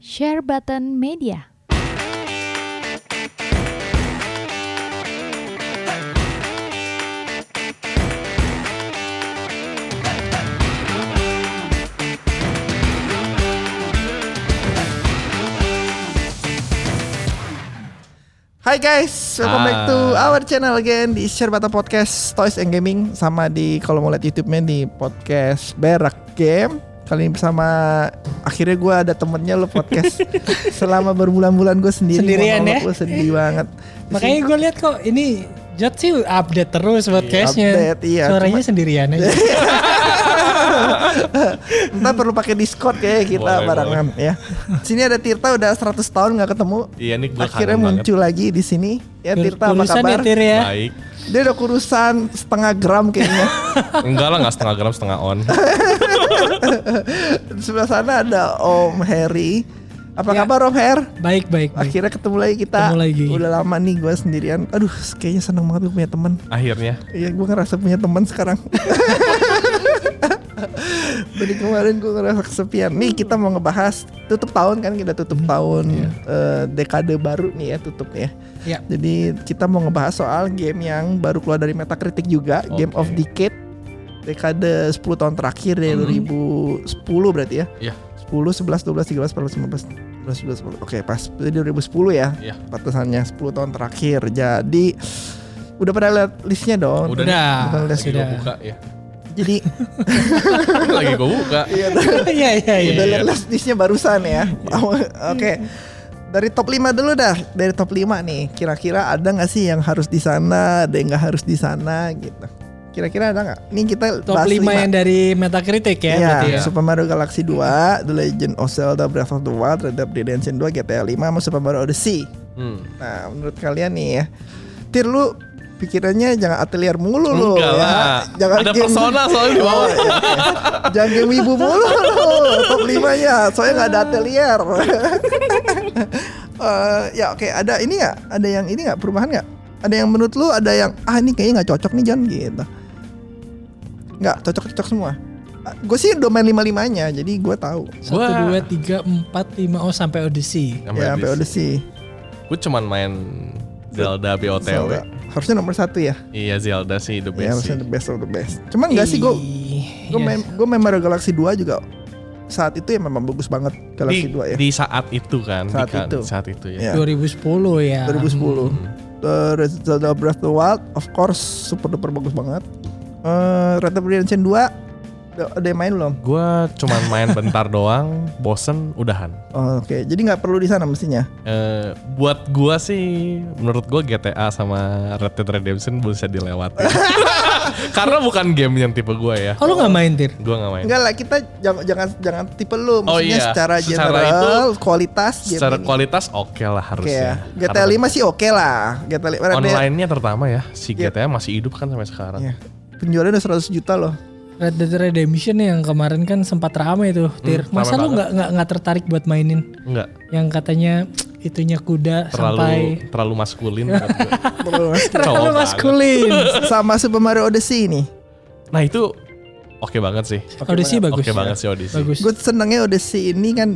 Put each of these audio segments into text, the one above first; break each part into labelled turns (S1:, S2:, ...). S1: Share Button Media.
S2: Hai guys, welcome back to
S3: Hai.
S4: Ah.
S2: our channel again di Sherbata Podcast Toys and Gaming sama di kalau mau lihat YouTube-nya di podcast Berak Game. Kali ini bersama akhirnya gue ada temennya lo podcast selama berbulan-bulan gue sendiri
S3: Sendirian ya?
S2: gue sedih banget
S3: Makanya gue lihat kok ini Jot sih update terus podcastnya.
S2: update, iya.
S3: Suaranya
S2: Cuma- Iya,
S3: sendirian aja.
S2: kita perlu pakai Discord kayak kita
S4: Boleh,
S2: barengan ya sini ada Tirta udah 100 tahun nggak ketemu
S4: Iya, ini gua
S2: akhirnya
S4: kangen
S2: muncul lagi di sini ya Tirta apa
S3: Tulisan ya
S2: kabar
S3: Tir ya.
S4: Baik.
S2: dia udah kurusan setengah gram kayaknya
S4: Enggak lah, enggak setengah gram, setengah on.
S2: Di sebelah sana ada Om Harry. Apa
S3: Ya.
S2: kabar Om Her?
S3: Baik baik baik.
S2: Akhirnya ketemu lagi kita.
S3: Ketemu lagi.
S2: Udah lama nih gue sendirian. Aduh, kayaknya seneng banget gue punya teman.
S4: Akhirnya.
S2: Iya, gue ngerasa punya teman sekarang. Dari kemarin gue ngerasa kesepian. Nih kita mau ngebahas tutup tahun kan kita tutup
S3: Hmm,
S2: tahun
S3: iya.
S2: eh, dekade baru nih ya tutupnya.
S3: Ya.
S2: Jadi kita mau ngebahas soal game yang baru keluar dari Metacritic juga, Game of Decade. Dekade 10 tahun terakhir
S3: Hmm.
S2: dari 2010 berarti ya.
S4: Iya.
S2: 10, 11, 12, 13, 14, 15, 12, 11, 10. Oke, pas jadi 2010 ya.
S4: Iya.
S2: Batasannya 10 tahun terakhir. Jadi udah pada lihat listnya dong.
S4: Udah.
S3: Udah.
S2: Oh, Udah,
S4: Lagi
S3: Sudah.
S4: gua buka ya.
S2: Jadi
S4: Lagi gua buka.
S2: iya,
S3: Iya iya iya.
S2: udah
S4: iya.
S2: lihat listnya barusan ya. Oke. Dari top 5 dulu dah. Dari top 5 nih, kira-kira ada nggak sih yang harus di sana, ada yang nggak harus di sana gitu. Kira-kira ada nggak? Nih kita
S3: Top 5
S2: lima.
S3: yang dari Metacritic ya. berarti
S2: Iya,
S3: ya.
S2: Super Mario Galaxy 2, The Legend of Zelda Breath of the Wild, Red Dead Redemption 2, GTA 5, sama Super Mario Odyssey.
S4: Hmm.
S2: Nah, menurut kalian nih ya, Tir lu pikirannya jangan atelier mulu lu
S4: Enggak
S2: ya.
S4: lah.
S2: Jangan
S4: Ada
S2: game- Iya,
S4: persona soalnya di bawah.
S2: Jangan game ibu mulu lu. Top 5 nya, soalnya nggak ada atelier. Eh, ya oke, ada ini nggak? Ada yang ini nggak? Perubahan nggak? Ada yang menurut lu ada yang ah ini kayaknya nggak cocok nih Jan gitu. Nggak cocok-cocok semua. Gue sih domain lima limanya, jadi gue tahu.
S3: Satu
S4: Wah.
S3: dua tiga empat lima oh sampai Odyssey.
S4: Sampai
S2: Ya, sampai
S4: habis.
S2: Odyssey.
S4: Gua cuman main Zelda
S2: Zelda.
S4: BOTW.
S2: Harusnya nomor satu ya.
S4: Iya, Zelda sih the
S2: Ya,
S4: best
S2: harusnya
S4: sih.
S2: the best of the best. Cuman enggak sih gue gue
S3: Iya.
S2: main gue main Mario Galaxy 2 juga saat itu ya memang bagus banget Galaxy
S4: Di,
S2: 2 ya.
S4: di saat itu kan, di
S2: Saat
S4: kan-
S2: itu.
S4: saat itu ya.
S2: Ya.
S3: 2010 ya.
S2: 2010.
S4: Hmm.
S2: The Res- Zelda Breath of the Wild of course super duper bagus banget. Eh Red Dead Redemption 2 udah ada yang main belum?
S4: Gua cuman main bentar doang, bosen, udahan.
S2: Oh, Oke, jadi nggak perlu di sana mestinya.
S4: Eh, buat gua sih, menurut gua GTA sama Red Dead Redemption bisa dilewati. Karena bukan game yang tipe gua ya.
S3: Oh lu nggak main Tir?
S4: Gua nggak main.
S2: Enggak lah, kita jangan jangan jangan tipe lu
S4: Oh,
S2: maksudnya
S4: iya.
S2: secara
S4: Secara
S2: general
S4: itu-
S2: kualitas game
S4: Secara
S2: ini.
S4: kualitas
S2: Oke
S4: oke lah
S2: ya.
S4: harusnya.
S2: GTA 5 sih oke lah. GTA 5 Red Dead-
S4: Online-nya terutama ya, si
S2: Iya.
S4: GTA masih hidup kan sampai sekarang.
S2: Iya. Penjualannya udah 100 juta loh.
S3: Red Dead Redemption yang kemarin kan sempat rame tuh Tir.
S4: Hmm, rame
S3: Masa lu
S4: banget.
S3: nggak nggak nggak tertarik buat mainin?
S4: Enggak
S3: yang katanya itunya
S4: terlalu
S3: kuda sampai
S4: terlalu maskulin. menurut gua.
S3: terlalu
S4: Cowok
S3: maskulin.
S2: Sama Super Mario Odyssey nih.
S4: nah itu oke banget sih.
S3: Audisi
S4: Oke
S3: bagus. ya.
S4: banget sih Odyssey.
S3: Bagus.
S2: Gue senengnya Odyssey ini kan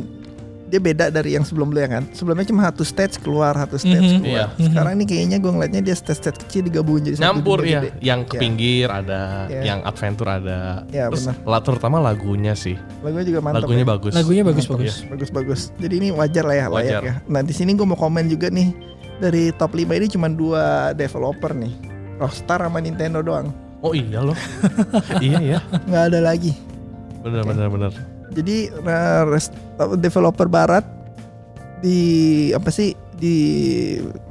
S2: dia beda dari yang sebelumnya kan. Sebelumnya cuma satu stage keluar, satu stage
S3: Mhm.
S2: keluar.
S4: Iya.
S2: Sekarang ini kayaknya gue ngeliatnya dia stage-stage kecil digabungin jadi satu
S4: Nyampur
S2: dunia
S4: ya,
S2: gede.
S4: yang ke
S2: Iya.
S4: pinggir ada,
S2: Iya.
S4: yang adventure ada.
S2: Iya,
S4: Terus
S2: benar.
S4: la- terutama lagunya sih.
S2: Lagunya juga mantap.
S4: iya. lagunya
S2: ya.
S4: bagus.
S3: Lagunya bagus
S4: Mantap,
S3: bagus.
S2: Bagus-bagus. Jadi ini wajar lah ya, layak
S4: Wajar.
S2: ya. Nah di sini gue mau komen juga nih dari top 5 ini cuma dua developer nih. Rockstar sama Nintendo doang.
S4: Oh iya loh. iya ya.
S2: nggak ada lagi.
S4: Bener bener bener.
S2: Jadi eh, rest- developer barat di apa sih di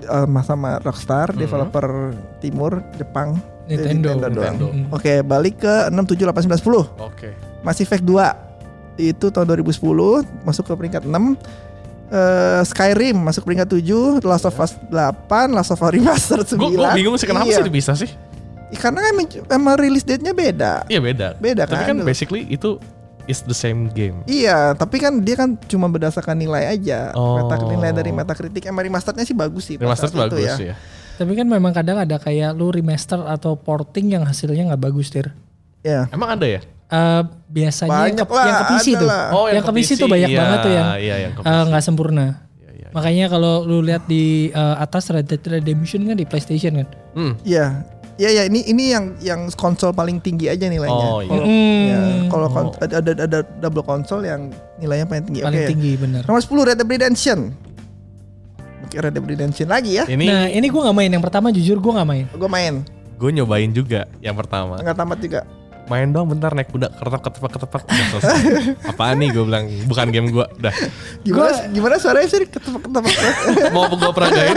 S2: eh, sama Rockstar, developer timur Jepang di
S3: Nintendo.
S2: doang.
S4: Nintendo.
S3: Mm.
S2: Oke, balik ke 6 7 8 9
S4: Oke.
S2: 10. Mass Effect 2 itu tahun 2010 masuk ke peringkat 6. Eh, Skyrim masuk peringkat 7, The Last of Us 8, Last of Us Remastered 9.
S4: Gue gue bingung sih kenapa
S2: Iya.
S4: sih bisa sih?
S2: Ih, Karena kan emang- emang rilis date-nya beda.
S4: Iya beda.
S2: Beda
S4: Tapi
S2: kan,
S4: kan
S2: dulu.
S4: basically itu is the same game.
S2: Iya, tapi kan dia kan cuma berdasarkan nilai aja.
S4: Oh.
S2: Meta nilai dari Metacritic emang remasternya sih bagus sih.
S4: Remaster
S2: pada saat Iya, itu
S4: bagus ya.
S3: Tapi kan memang kadang ada kayak lu remaster atau porting yang hasilnya nggak bagus tir.
S2: Iya.
S4: Emang ada ya?
S3: eh, biasanya yang
S2: Banyak
S3: ke, yang ke
S2: lah,
S3: PC
S2: ada
S3: tuh.
S2: lah.
S4: Oh,
S3: yang, ke PC, tuh banyak
S4: iya,
S3: banget tuh yang
S4: Iya, yang ke
S3: eh,
S4: PC.
S3: nggak sempurna.
S4: Iya, iya.
S3: Makanya kalau lu lihat di eh, atas Red Dead Redemption kan di PlayStation kan.
S4: Hmm.
S2: Iya. Iya ya ini ini yang yang konsol paling tinggi aja nilainya.
S4: Oh, iya.
S2: Ya,
S3: Mm,
S2: kalau kon-
S4: Oh.
S2: ada, ada ada double konsol yang nilainya paling tinggi.
S3: paling
S2: Oke.
S3: tinggi bener.
S2: Nomor 10 Red Dead Redemption. Oke, Red Dead Redemption lagi ya.
S4: Ini
S3: Nah ini gue nggak main yang pertama jujur gue nggak
S4: Iya.
S3: main.
S2: Gue main,
S4: gue nyobain juga yang pertama.
S2: nggak tamat juga.
S4: Main doang bentar naik kuda ketepak ketepak ketepak udah selesai. Apaan nih gue bilang bukan game gue. Dah.
S2: Gimana gimana suaranya sih ketepuk ketepuk.
S4: Mau gue peragain.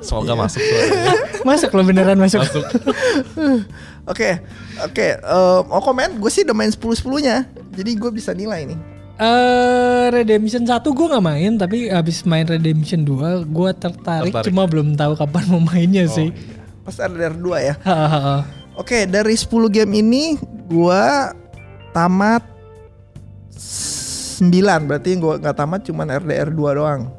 S4: Semoga masuk
S2: Iya.
S4: suaranya.
S3: Masuk lo beneran masuk.
S4: Masuk.
S2: Oke, oke. em, Oh komen, gue sih udah main 10-10-nya. Jadi gue bisa nilai nih.
S3: eh Redemption 1 gue nggak main tapi abis main Redemption 2 gue
S4: Tertarik.
S3: tertarik,
S4: Oh,
S3: cuma belum tahu kapan mau mainnya sih.
S2: Pas ada dari dua ya.
S3: Hahaha.
S2: Oke, dari 10 game ini gue tamat 9 berarti gue nggak tamat cuman RDR 2 doang.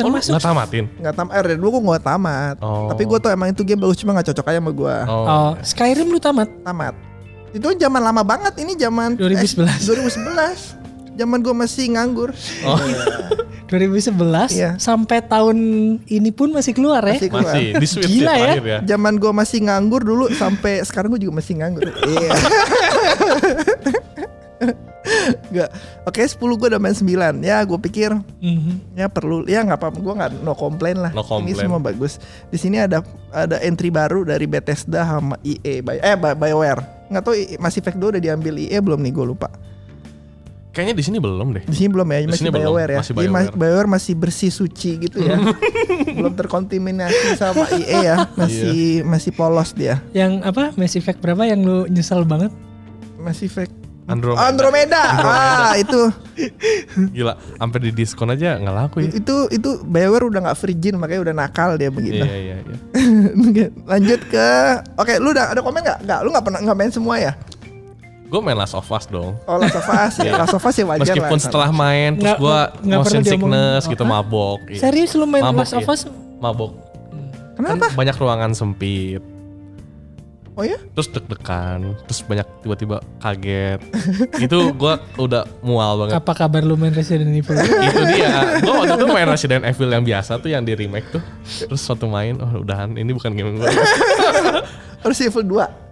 S4: Termasuk.
S3: Termasuk-
S4: Nggak tamatin.
S2: Nggak tamat RDR 2 gue nggak tamat.
S4: Oh.
S2: Tapi gue tau emang itu game bagus cuma nggak cocok aja sama gue.
S4: Oh.
S3: oh, Skyrim lu tamat?
S2: Tamat. Itu zaman lama banget ini zaman eh,
S3: 2011.
S2: 2011. Zaman gue masih nganggur.
S4: Oh.
S3: 2011
S2: Iya.
S3: sampai tahun ini pun masih keluar ya.
S2: Masih keluar.
S4: Masih di switch ya,
S3: Gila ya.
S4: terakhir ya.
S2: Zaman gue masih nganggur dulu sampai sekarang gue juga masih nganggur. Iya. Nggak. Oke, 10 gue udah main 9. Ya, gue pikir
S3: Mhm.
S2: ya perlu ya nggak apa-apa gue nggak no complain lah.
S4: No complain.
S2: Ini semua bagus. Di sini ada ada entry baru dari Bethesda sama EA Bio- eh Bi- BioWare. Nggak tahu I- Mass Effect 2 udah diambil EA belum nih gue lupa.
S4: Kayaknya di sini belum deh.
S2: Di sini belum ya,
S4: Di
S2: masih
S4: sini belum,
S2: BioWare ya.
S4: masih
S2: Jadi ma-
S4: BioWare. Hmm.
S2: BioWare masih bersih suci gitu ya. belum terkontaminasi sama EA
S4: Iya.
S2: ya. Masih masih polos dia.
S3: Yang apa? Mass Effect berapa yang lu nyesel banget?
S2: Mass Effect
S4: Andromeda.
S2: Andromeda. Ah, itu
S4: Gila, sampai di diskon aja nggak laku ya.
S2: itu itu Bioware udah nggak virgin makanya udah nakal dia
S4: Iya
S2: begitu.
S4: iya iya.
S2: Lanjut ke Oke, lu udah ada komen nggak? Nggak, lu nggak pernah nggak main semua ya?
S4: Gue main Last of Us dong.
S2: Oh, Last of Us, ya.
S4: Iya.
S2: Last of Us ya wajar
S4: Meskipun
S2: lah.
S4: setelah main terus
S3: Nggak-
S4: gue
S3: nggak perlu
S4: motion
S3: diomongin.
S4: sickness
S3: Oh,
S4: gitu
S3: hah?
S4: mabok. iya.
S3: Serius lu main
S4: Mabok,
S3: Last of
S4: iya.
S3: Us?
S4: Mabok.
S2: Kenapa?
S4: Kan banyak ruangan sempit.
S2: Oh ya?
S4: Terus deg-degan, terus banyak tiba-tiba kaget. Itu gue udah mual banget.
S3: Apa kabar lu main Resident Evil?
S4: itu dia. Gue waktu itu main Resident Evil yang biasa tuh yang di remake tuh. Terus waktu main, oh udahan ini bukan game gue.
S2: Terus Evil 2.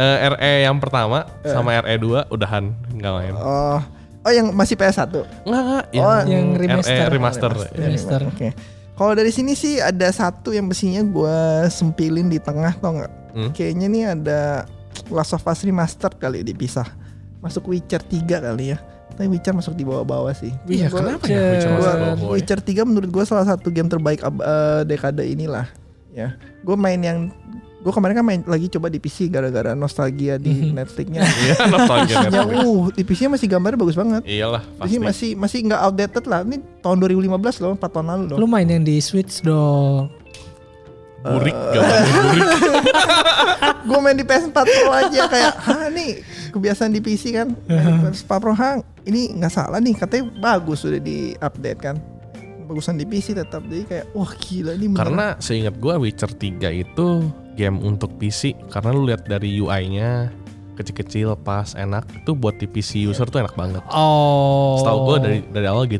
S4: Eh, RE yang pertama sama RE 2 udahan nggak main.
S2: Oh. Oh, yang masih PS1.
S4: Enggak, enggak.
S2: Oh,
S3: yang
S4: RE
S3: remaster.
S4: remaster.
S3: Remaster. Mister.
S2: Oke. Kalau dari sini sih ada satu yang besinya gua sempilin di tengah tau nggak?
S4: Hmm.
S2: Kayaknya nih ada Last of Us Remastered kali ya dipisah. Masuk Witcher 3 kali ya. Tapi Witcher masuk di bawah-bawah sih.
S3: Iya,
S2: Gua-
S3: kenapa
S4: ya Witcher masuk
S2: gua-
S4: bawah-bawah ya?
S2: Witcher 3 menurut gua salah satu game terbaik ab- eh, dekade inilah. Ya. Gua main yang gua kemarin kan main lagi coba di PC gara-gara nostalgia di Netflixnya.
S4: Iya, nostalgia
S2: Ya,
S4: Netflix.
S2: uh, di PC -nya masih gambarnya bagus banget.
S4: Iyalah,
S2: Jadi
S4: pasti.
S2: masih masih nggak outdated lah. Ini tahun 2015 loh, 4 tahun lalu loh.
S3: lu main yang di Switch dong.
S4: Burik, gambarnya burik.
S2: gue main di PS4 Pro aja kayak hah nih kebiasaan di PC kan Main PS4 Pro hang ini nggak salah nih katanya bagus sudah di update kan bagusan di PC tetap jadi kayak wah gila ini beneran.
S4: Karena seingat gua Witcher 3 itu game untuk PC karena lu lihat dari UI-nya kecil-kecil pas enak itu buat di PC user tuh enak banget.
S3: Oh.
S4: Setahu gua dari dari awal gitu.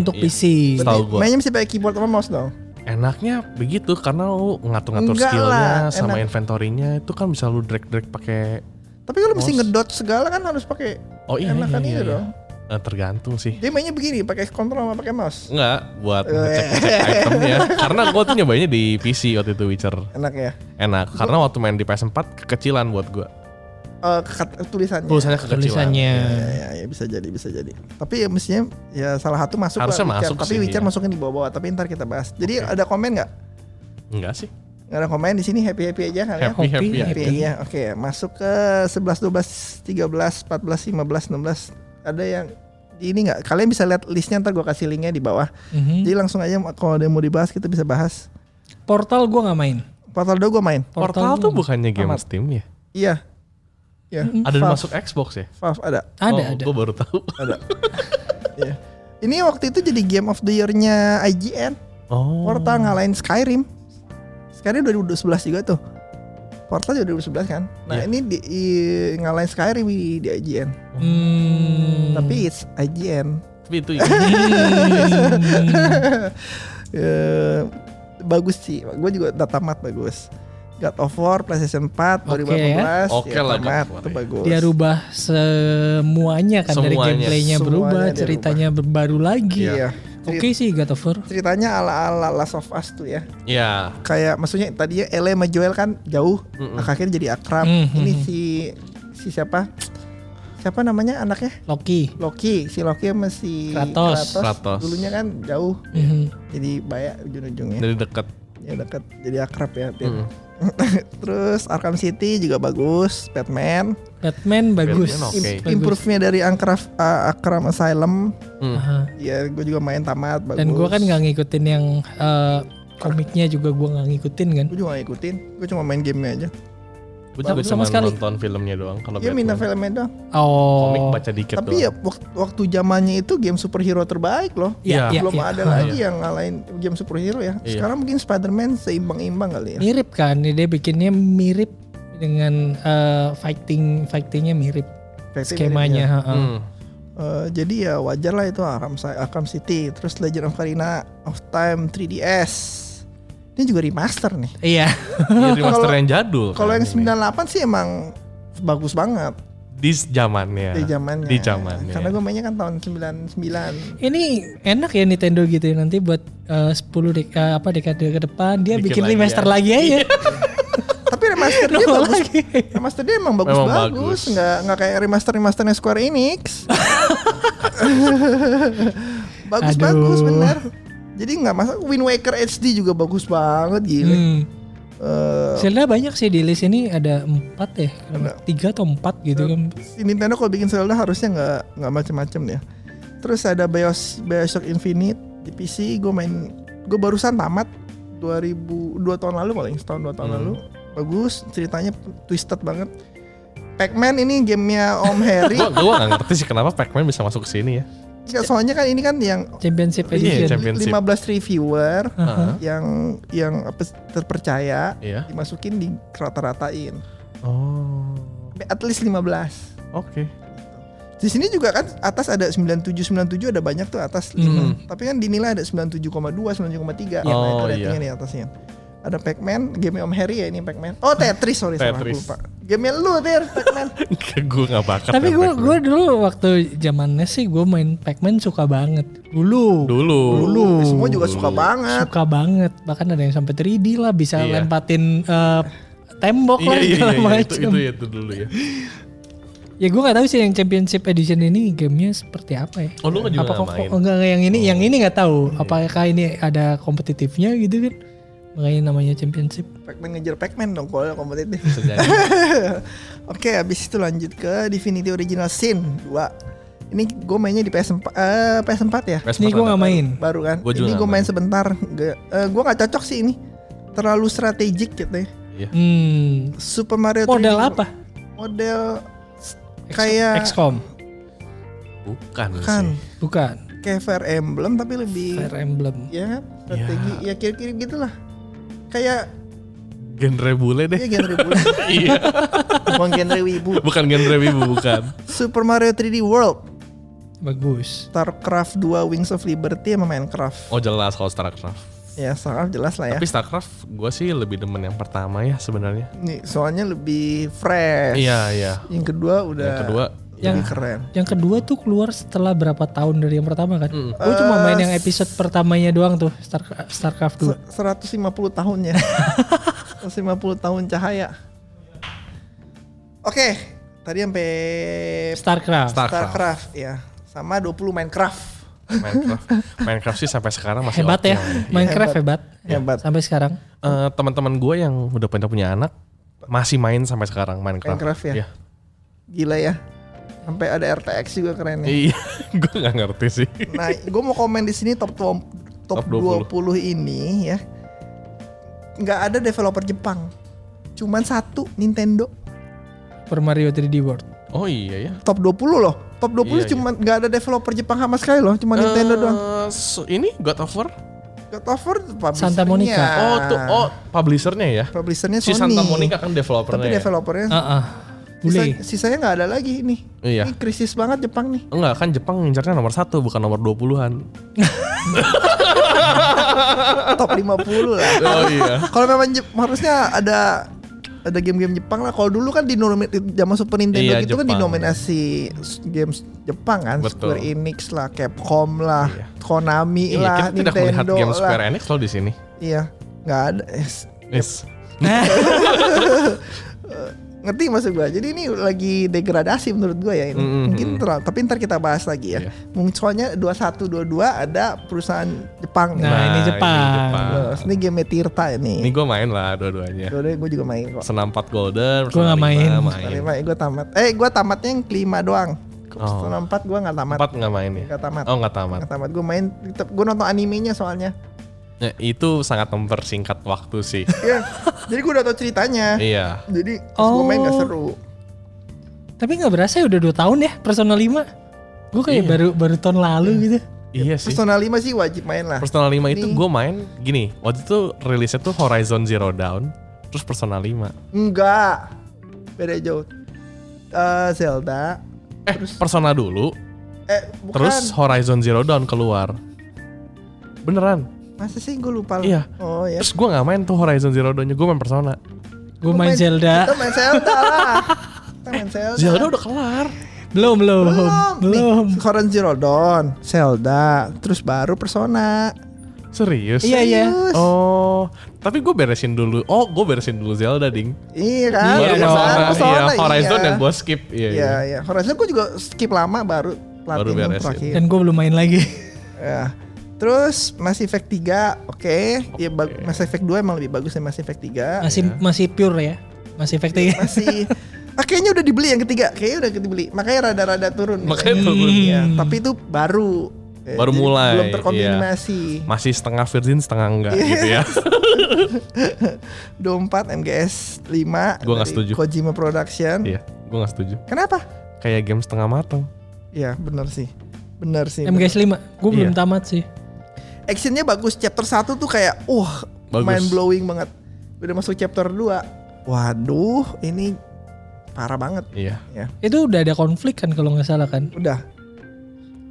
S4: dibikin.
S3: untuk
S4: Iya.
S3: PC.
S4: Betul. tahu gua.
S2: mainnya mesti pakai keyboard sama mouse dong
S4: Enaknya begitu karena lu ngatur-ngatur
S2: Enggak
S4: skillnya
S2: lah,
S4: sama
S2: enak.
S4: inventory-nya itu kan bisa lu drag-drag pakai
S2: tapi kalau mesti
S4: Mouse.
S2: ngedot segala kan harus pakai
S4: Oh iya,
S2: enakan
S4: iya,
S2: itu
S4: iya.
S2: dong
S4: eh, tergantung sih.
S2: dia mainnya begini pakai kontrol sama pakai mouse
S4: Enggak buat
S2: Eh.
S4: ngecek-ngecek itemnya karena gua tuh nyobainnya di PC waktu itu Witcher.
S2: enak ya
S4: Enak karena waktu main di PS4 kekecilan buat gua.
S2: Eh, kat- tulisannya
S4: Tulisannya kekecilan.
S3: Tulisannya.
S2: Ya, ya, ya, bisa jadi bisa jadi tapi ya mestinya ya salah satu masuk
S4: Harusnya
S2: lah Witcher.
S4: masuk
S2: tapi
S4: sih,
S2: Witcher
S4: iya.
S2: masukin di bawah-bawah tapi ntar kita bahas jadi
S4: Oke.
S2: ada komen nggak
S4: Enggak sih.
S2: nggak ada komen di sini happy happy aja kali ya
S4: Happy happy,
S3: Hobi,
S4: ya.
S2: Happy ya, oke. Masuk ke 11, 12, 13, 14, 15, 16. Ada yang di ini nggak? Kalian bisa lihat listnya ntar gue kasih linknya di bawah.
S4: Hmm.
S3: Mhm.
S2: Jadi langsung aja kalau ada yang mau dibahas kita bisa bahas.
S3: Portal gua nggak main.
S2: Portal 2 gue main.
S4: Portal, tuh
S3: gua-
S4: bukannya game
S2: Amat.
S4: Steam ya?
S2: Iya. Iya.
S4: Ada
S2: Valve-
S4: masuk Xbox ya?
S2: Valve ada.
S3: Ada
S4: Oh,
S3: ada.
S4: Gue baru tahu.
S2: Ada. Iya. Ini waktu itu jadi game of the year-nya IGN.
S4: Oh.
S2: Portal ngalahin Skyrim. Skyrim 2011 juga tuh. Portal juga 2011 kan. Nah
S4: Iya.
S2: ini di, i- ngalahin Skyrim di di IGN.
S3: Hmm.
S2: Tapi it's IGN.
S4: Tapi itu ya.
S3: Hmm.
S2: Eh, bagus sih. Gue juga udah tamat bagus. God of War PlayStation 4 2018.
S3: Oke
S4: ya. Oke
S2: ya,
S4: lah, God
S2: tamat
S4: of War,
S2: itu
S4: ya.
S2: bagus.
S3: dia rubah semuanya kan dari
S4: Semuanya.
S3: gameplaynya
S2: Semuanya
S3: berubah,
S2: dia
S3: ceritanya baru lagi.
S2: Iya.
S3: Oke sih God of War.
S2: Ceritanya ala-ala Last of Us tuh ya.
S4: ya
S2: Kayak maksudnya tadinya Ele sama Joel kan jauh,
S4: Mm-mm.
S2: akhirnya jadi akrab.
S3: Mm,
S2: Ini
S3: mm,
S2: si si siapa? Siapa namanya anaknya?
S3: Loki.
S2: Loki, si Loki sama si
S3: Kratos.
S4: Kratos.
S2: Dulunya kan jauh,
S4: Iya.
S3: Mhm.
S2: jadi bayak ujung-ujungnya.
S4: dari dekat.
S2: Ya dekat, jadi akrab ya. Tin.
S4: Mm.
S2: Terus Arkham City juga bagus, Batman.
S3: Batman bagus.
S2: Im-
S4: Batman oke.
S3: Bagus.
S2: Improve-nya dari Ankara uh, Arkham Asylum.
S4: Mm.
S3: Aha.
S2: Ya, gue juga main tamat bagus.
S3: Dan gua kan nggak ngikutin yang eh, komiknya juga gua nggak ngikutin kan.
S2: Gue juga gak ngikutin, gue cuma main gamenya aja.
S4: Gue juga cuma
S3: Sama sekali.
S4: nonton filmnya doang kalau
S2: Iya, minta
S4: Batman.
S2: filmnya doang.
S3: Oh.
S4: komik baca dikit
S2: Tapi ya
S4: doang.
S2: waktu, waktu zamannya itu game superhero terbaik loh.
S4: Iya,
S3: Iya,
S2: Belum
S3: iya.
S2: ada
S3: Aha.
S2: lagi yang ngalahin game superhero ya.
S4: Iya.
S2: Sekarang mungkin Spider-Man seimbang-imbang kali ya.
S3: Mirip kan, dia bikinnya mirip dengan eh, fighting fightingnya mirip
S2: Kayaknya mirip
S3: skemanya.
S2: ya.
S3: heeh.
S4: Mm.
S2: Eh, jadi ya wajar lah itu Arkham, Arkham City. Terus Legend of Karina of Time 3DS. Ini juga remaster nih.
S3: Iya.
S4: Iya, remaster
S2: Kalau-
S4: yang jadul.
S2: Kalau
S4: kan
S2: yang
S4: ini.
S2: 98 sih emang bagus banget
S4: di
S3: Ya,
S4: zamannya.
S2: di zamannya.
S4: Di zamannya.
S2: Karena gue mainnya kan tahun 99.
S3: Ini enak ya Nintendo gitu ya nanti buat eh, 10 dek- eh, apa dekade ke depan dia
S4: Bikin
S3: bikin
S4: lagi
S3: remaster
S4: ya.
S3: lagi aja.
S2: Tapi remaster dia
S3: Nongol
S2: bagus.
S3: lagi.
S2: Remaster dia emang bagus
S4: Memang bagus.
S2: bagus, nggak nggak kayak remaster remasternya Square Enix. bagus
S3: Aduh.
S2: bagus bener. Jadi nggak masalah. Wind Waker HD juga bagus banget gini.
S3: Hmm.
S2: Eh,
S3: Zelda banyak sih di list ini ada empat ya, tiga atau empat gitu kan.
S2: si Nintendo kalau bikin Zelda harusnya nggak nggak macem-macem ya. Terus ada Bios, Bioshock Infinite di PC. Gue main, gue barusan tamat 2000 dua tahun lalu paling setahun dua tahun
S4: Hmm.
S2: lalu. Bagus, ceritanya twisted banget. Pac-Man ini gamenya Om Harry.
S4: Gua gua gak ngerti sih kenapa Pac-Man bisa masuk ke sini ya.
S2: Ya, soalnya kan ini kan yang
S3: Championship
S4: Iya,
S3: Edition.
S4: champ- Championship.
S2: 15 reviewer
S4: Heeh.
S2: yang yang apa, terpercaya
S4: Iya.
S2: dimasukin di rata-ratain.
S4: Oh.
S2: At least 15.
S4: Oke.
S2: Di sini juga kan atas ada 97 97 ada banyak tuh atas. lima. Tapi kan dinilai ada 97,2, 97,3
S4: Iya.
S2: Nah, itu
S4: Hmm. Oh,
S2: ratingnya di
S4: iya.
S2: atasnya. Ada Pac-Man, game Om Harry ya ini Pac-Man. Oh, Tetris, sorry salah aku
S4: Tetris.
S2: lupa. Game lu, Tir, Pac-Man.
S4: gue gak bakat.
S3: Tapi
S4: main
S3: gue
S4: Pac-Man.
S3: gue dulu waktu zamannya sih gue main Pac-Man suka banget. Dulu,
S4: dulu.
S2: Dulu semua juga suka
S4: Dulu.
S2: banget.
S3: suka banget. Bahkan ada yang sampai 3D lah, bisa
S4: Iya.
S3: lempatin eh, tembok
S4: Iya
S3: lah
S4: iya
S3: segala
S4: iya, iya, itu
S3: macam.
S4: itu itu dulu ya.
S3: Ya gue nggak tahu sih yang Championship Edition ini gamenya seperti apa ya.
S4: Oh lu juga
S3: apa
S4: nggak
S3: kok
S4: main. Oh. Iya.
S3: kok- enggak enggak, yang ini yang ini nggak tahu apakah ini ada kompetitifnya gitu kan makanya namanya championship
S2: Pac-Man ngejar Pac-Man dong kalau kompetitif.
S4: Bisa jadi.
S2: Oke, habis itu lanjut ke Divinity Original Sin 2. Ini gue mainnya di PS4, eh, PS4 ya.
S4: Vespa
S3: ini gue nggak main
S2: Baru kan.
S4: Gua juga
S2: ini
S4: nggak
S2: gue main
S4: main.
S2: sebentar. Gak, gue nggak cocok sih ini. Terlalu strategik gitu ya.
S3: hmm
S2: Super Mario 3D
S3: model apa
S2: Model s-
S3: X-
S2: kayak
S3: XCOM
S4: Bukan
S2: kan
S4: sih.
S3: bukan
S2: kayak Fire Emblem tapi lebih
S3: Fire Emblem
S2: ya kan? strategi ya kira-kira gitulah. Kayak
S4: Genre bule deh.
S2: ya genre wibu.
S4: Iya.
S2: Bukan genre wibu.
S4: Bukan genre wibu bukan.
S2: Super Mario 3D World,
S3: bagus
S2: StarCraft 2 Wings of Liberty sama Minecraft.
S4: Oh jelas kalau Starcraft.
S2: Ya, StarCraft jelas lah ya.
S4: Tapi Starcraft gue sih lebih demen yang pertama ya sebenarnya.
S2: Nih, soalnya lebih fresh.
S4: Iya, iya.
S2: Yang kedua udah Ya,
S4: Yang kedua
S3: yang
S2: lebih keren.
S3: yang kedua tuh keluar setelah berapa tahun dari yang pertama kan
S4: Mm.
S3: gue cuma main
S2: Eh,
S3: yang episode pertamanya doang tuh Star, Starcraft 2
S2: Se- 150 tahunnya. 150 tahun cahaya. Oke, tadi sampai
S3: Starcraft
S4: Starcraft.
S2: StarCraft ya. Sama 20 Minecraft.
S4: Minecraft. Minecraft sih sampai sekarang masih
S3: hebat ya
S4: oke. Iya.
S3: Minecraft hebat,
S2: Hebat.
S3: sampai sekarang
S4: Eh, teman-teman gue yang udah punya punya anak masih main sampai sekarang Minecraft.
S2: Minecraft ya?
S4: Iya.
S2: Gila ya. Sampai ada RTX juga keren ya.
S4: Iya, gue nggak ngerti sih.
S2: Nah, gue mau komen di sini top tuom- top,
S4: Top
S2: 20.
S4: 20.
S2: ini ya. nggak ada developer Jepang. Cuman satu Nintendo.
S3: Super Mario 3D World
S4: Oh iya ya.
S2: top 20 loh. Top 20
S4: Iya,
S2: cuman nggak ada developer Jepang sama sekali loh, cuma Oh, Nintendo
S4: Eh,
S2: doang.
S4: so- ini God of War
S2: God of War publisher-nya.
S3: Santa Monica.
S4: Oh tuh oh publishernya ya.
S2: Publishernya
S4: Si
S2: Ah. Sony.
S4: Santa Monica kan
S2: Tapi
S4: developernya. ya?
S2: developernya
S3: Ah, ah.
S2: sisa,
S3: Bule.
S2: sisanya nggak ada lagi nih.
S4: Iya.
S2: Ini krisis banget Jepang nih.
S4: Enggak kan Jepang ngincarnya nomor satu bukan nomor 20-an.
S2: Top 50 lah. Ah,
S4: Oh iya.
S2: Kalau memang Jep- harusnya ada ada game-game Jepang lah. Kalau dulu kan di nomi- di zaman Super Nintendo
S4: Iya,
S2: gitu kan
S4: Jepang.
S2: dinominasi s- games Jepang kan,
S4: Betul.
S2: Square Enix lah, Capcom lah,
S4: Iya.
S2: Konami
S4: Iya,
S2: lah,
S4: kita tidak melihat
S2: Nintendo
S4: game
S2: lah.
S4: Square Enix loh di sini.
S2: Iya, nggak ada. es-
S4: Yes.
S2: Ngerti maksud gua. Jadi ini lagi degradasi menurut gua ya ini.
S4: Mm, mm,
S2: Mungkin
S4: mm.
S2: terlalu, tapi ntar kita bahas lagi ya.
S4: Iya.
S2: Munculnya 21 22 ada perusahaan Jepang.
S3: Nah,
S2: nih.
S3: ini Jepang.
S2: Terus ini game Tirta
S4: Ini
S2: ini.
S4: gue main lah dua-duanya.
S2: Dua-duanya gue juga main kok.
S4: Senam 4 Golden,
S3: Gua nggak main.
S2: Kelima gue tamat. Eh gue tamatnya yang kelima doang.
S4: Oh.
S2: Persona empat gue nggak tamat.
S4: 4 nggak main ya?
S2: Nggak tamat.
S4: Oh nggak tamat.
S2: Nggak tamat. Gue main. Gue nonton animenya soalnya.
S4: Ya, itu sangat mempersingkat waktu sih.
S2: Iya. Jadi gue udah tau ceritanya.
S4: iya.
S2: Jadi gue main gak
S3: Oh.
S2: seru.
S3: Tapi nggak berasa ya udah 2 tahun ya Persona 5. Gue
S4: Iya.
S3: kayak baru baru tahun lalu gitu.
S4: Iya sih.
S2: Persona 5 sih wajib main lah.
S4: Persona 5 itu
S2: Ini-
S4: gue main gini. Waktu itu rilisnya tuh Horizon Zero Dawn, terus Persona 5.
S2: Enggak. Beda jauh. Eh Zelda.
S4: Eh, Persona dulu,
S2: Eh bukan.
S4: terus Horizon Zero Dawn keluar. Beneran?
S2: Masa sih gue lupa. lah.
S4: Iya.
S2: Oh ya.
S4: Terus gue nggak main tuh Horizon Zero Dawn-nya, gue main Persona.
S3: Gue main Zelda.
S2: Kita main Zelda lah. Kita main Zelda.
S4: Zelda udah kelar.
S3: Belum, belum, belum.
S2: Belum. Nih, Horizon Zero Dawn, Zelda, terus baru Persona.
S4: Serius?
S3: Iya, iya.
S2: Serius.
S4: Oh, tapi gue beresin dulu. Oh, gue beresin dulu Zelda, ding.
S2: Iya kan?
S3: Iya,
S4: Baru
S3: dong.
S4: Persona,
S2: Persona,
S4: iya,
S2: Persona,
S4: Horizon
S2: iya.
S4: yang gue skip. Iya,
S2: Iya,
S4: iya.
S2: iya. Horizon gue juga skip lama baru
S4: Baru
S2: platinum
S4: beresin.
S2: terakhir.
S3: Dan gue belum main lagi.
S2: Ya. Terus Mass Effect 3, oke. Ya bag- Mass Effect 2 emang lebih bagus dari Mass Effect 3.
S3: Masih masih pure ya. Masih efektif.
S2: Masih ah, kayaknya udah dibeli yang ketiga. Kayaknya udah dibeli. Makanya rada-rada turun.
S4: Makanya
S2: Iya,
S4: turun.
S2: Iya, tapi itu baru Eh,
S4: Baru
S2: jadi
S4: mulai, iya.
S2: Belum terkonfirmasi.
S4: Masih setengah virgin, setengah enggak gitu ya.
S2: 24 MGS 5
S4: Gua nggak
S2: dari
S4: setuju.
S2: Kojima Production.
S4: Iya, gue gak setuju.
S2: Kenapa?
S4: Kayak game setengah matang.
S2: Iya, benar sih. Benar sih. benar.
S3: MGS 5. Gue belum
S4: Iya.
S3: tamat sih.
S2: actionnya bagus chapter 1 tuh kayak wah
S4: Bagus.
S2: mind blowing banget udah masuk chapter 2 waduh ini parah banget
S4: Iya.
S3: Itu udah ada konflik kan kalau nggak salah kan.
S2: udah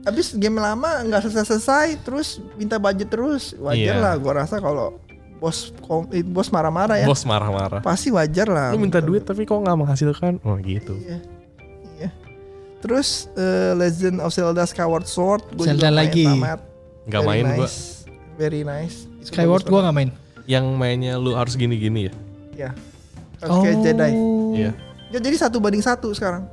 S2: abis game lama nggak selesai selesai terus minta budget terus wajar
S4: Iya.
S2: lah gua rasa kalau bos kom- eh, bos marah-marah ya
S4: Bos marah-marah.
S2: pasti wajar lah
S4: Lu minta duit tapi kok nggak menghasilkan? Oh gitu.
S2: Iya. Iya. terus eh, Legend of Zelda Skyward Sword gua juga
S3: Zelda
S2: main
S3: lagi.
S2: tamat.
S4: Nggak
S2: Very
S4: main gua.
S2: nice. very nice Itu
S3: Skyward
S2: bagus
S3: gue nggak main.
S4: Yang mainnya lu harus gini-gini ya.
S2: banget. Iya. Harus
S3: Oh.
S2: kayak Jedi
S3: Uh.
S4: Iya.
S2: Ya jadi satu banding satu sekarang.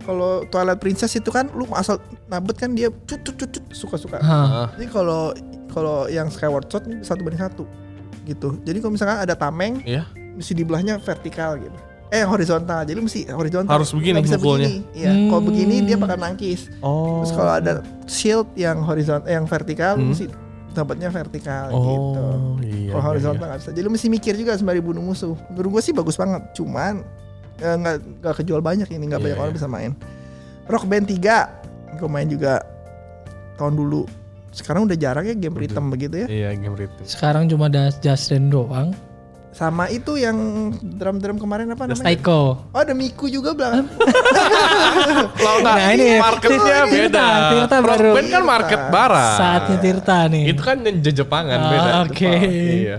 S2: Kalau Twilight Princess itu kan lu asal nabet kan dia cut cut cut, cut, suka-suka.
S3: Hah.
S4: Ah,
S2: Jadi kalau kalau yang Skyward Sword ini satu banding satu gitu. Jadi kalau misalkan ada tameng
S4: Iya.
S2: mesti dibelahnya vertikal gitu. Eh horizontal. Jadi mesti horizontal.
S4: Harus begini
S2: Nggak bisa
S4: mukulnya.
S2: begini. Iya, kalau
S3: Hmm.
S2: begini dia bakal nangkis.
S4: Oh.
S2: Terus kalau ada shield yang horizontal eh, yang vertikal
S4: Hmm.
S2: mesti dapatnya vertikal gitu.
S4: Oh, iya.
S2: Kalau
S4: iya,
S2: horizontal
S4: iya.
S2: nggak bisa. Jadi lu mesti mikir juga sembari bunuh musuh. Menurut gue sih bagus banget. Cuman eh, nggak nggak kejual banyak ini. Nggak
S4: Iya,
S2: banyak orang
S4: iya.
S2: bisa main. Rock Band 3 gue main juga tahun dulu. Sekarang udah jarang ya game
S4: Udah.
S2: rhythm begitu ya.
S4: Iya, game rhythm.
S3: Sekarang cuma ada Justin doang.
S2: Sama itu yang drum-drum kemarin apa namanya?
S3: Taiko.
S2: Oh ada Miku juga belakang.
S4: Kalau nggak,
S3: Nah, ini
S4: marketnya
S3: Tirta,
S4: beda.
S3: Tirta
S4: Rock
S3: baru.
S4: Band kan market barang.
S3: Saatnya Tirta nih.
S4: Itu kan yang Jepangan
S3: Ah,
S4: beda.
S3: oke.
S4: Iya.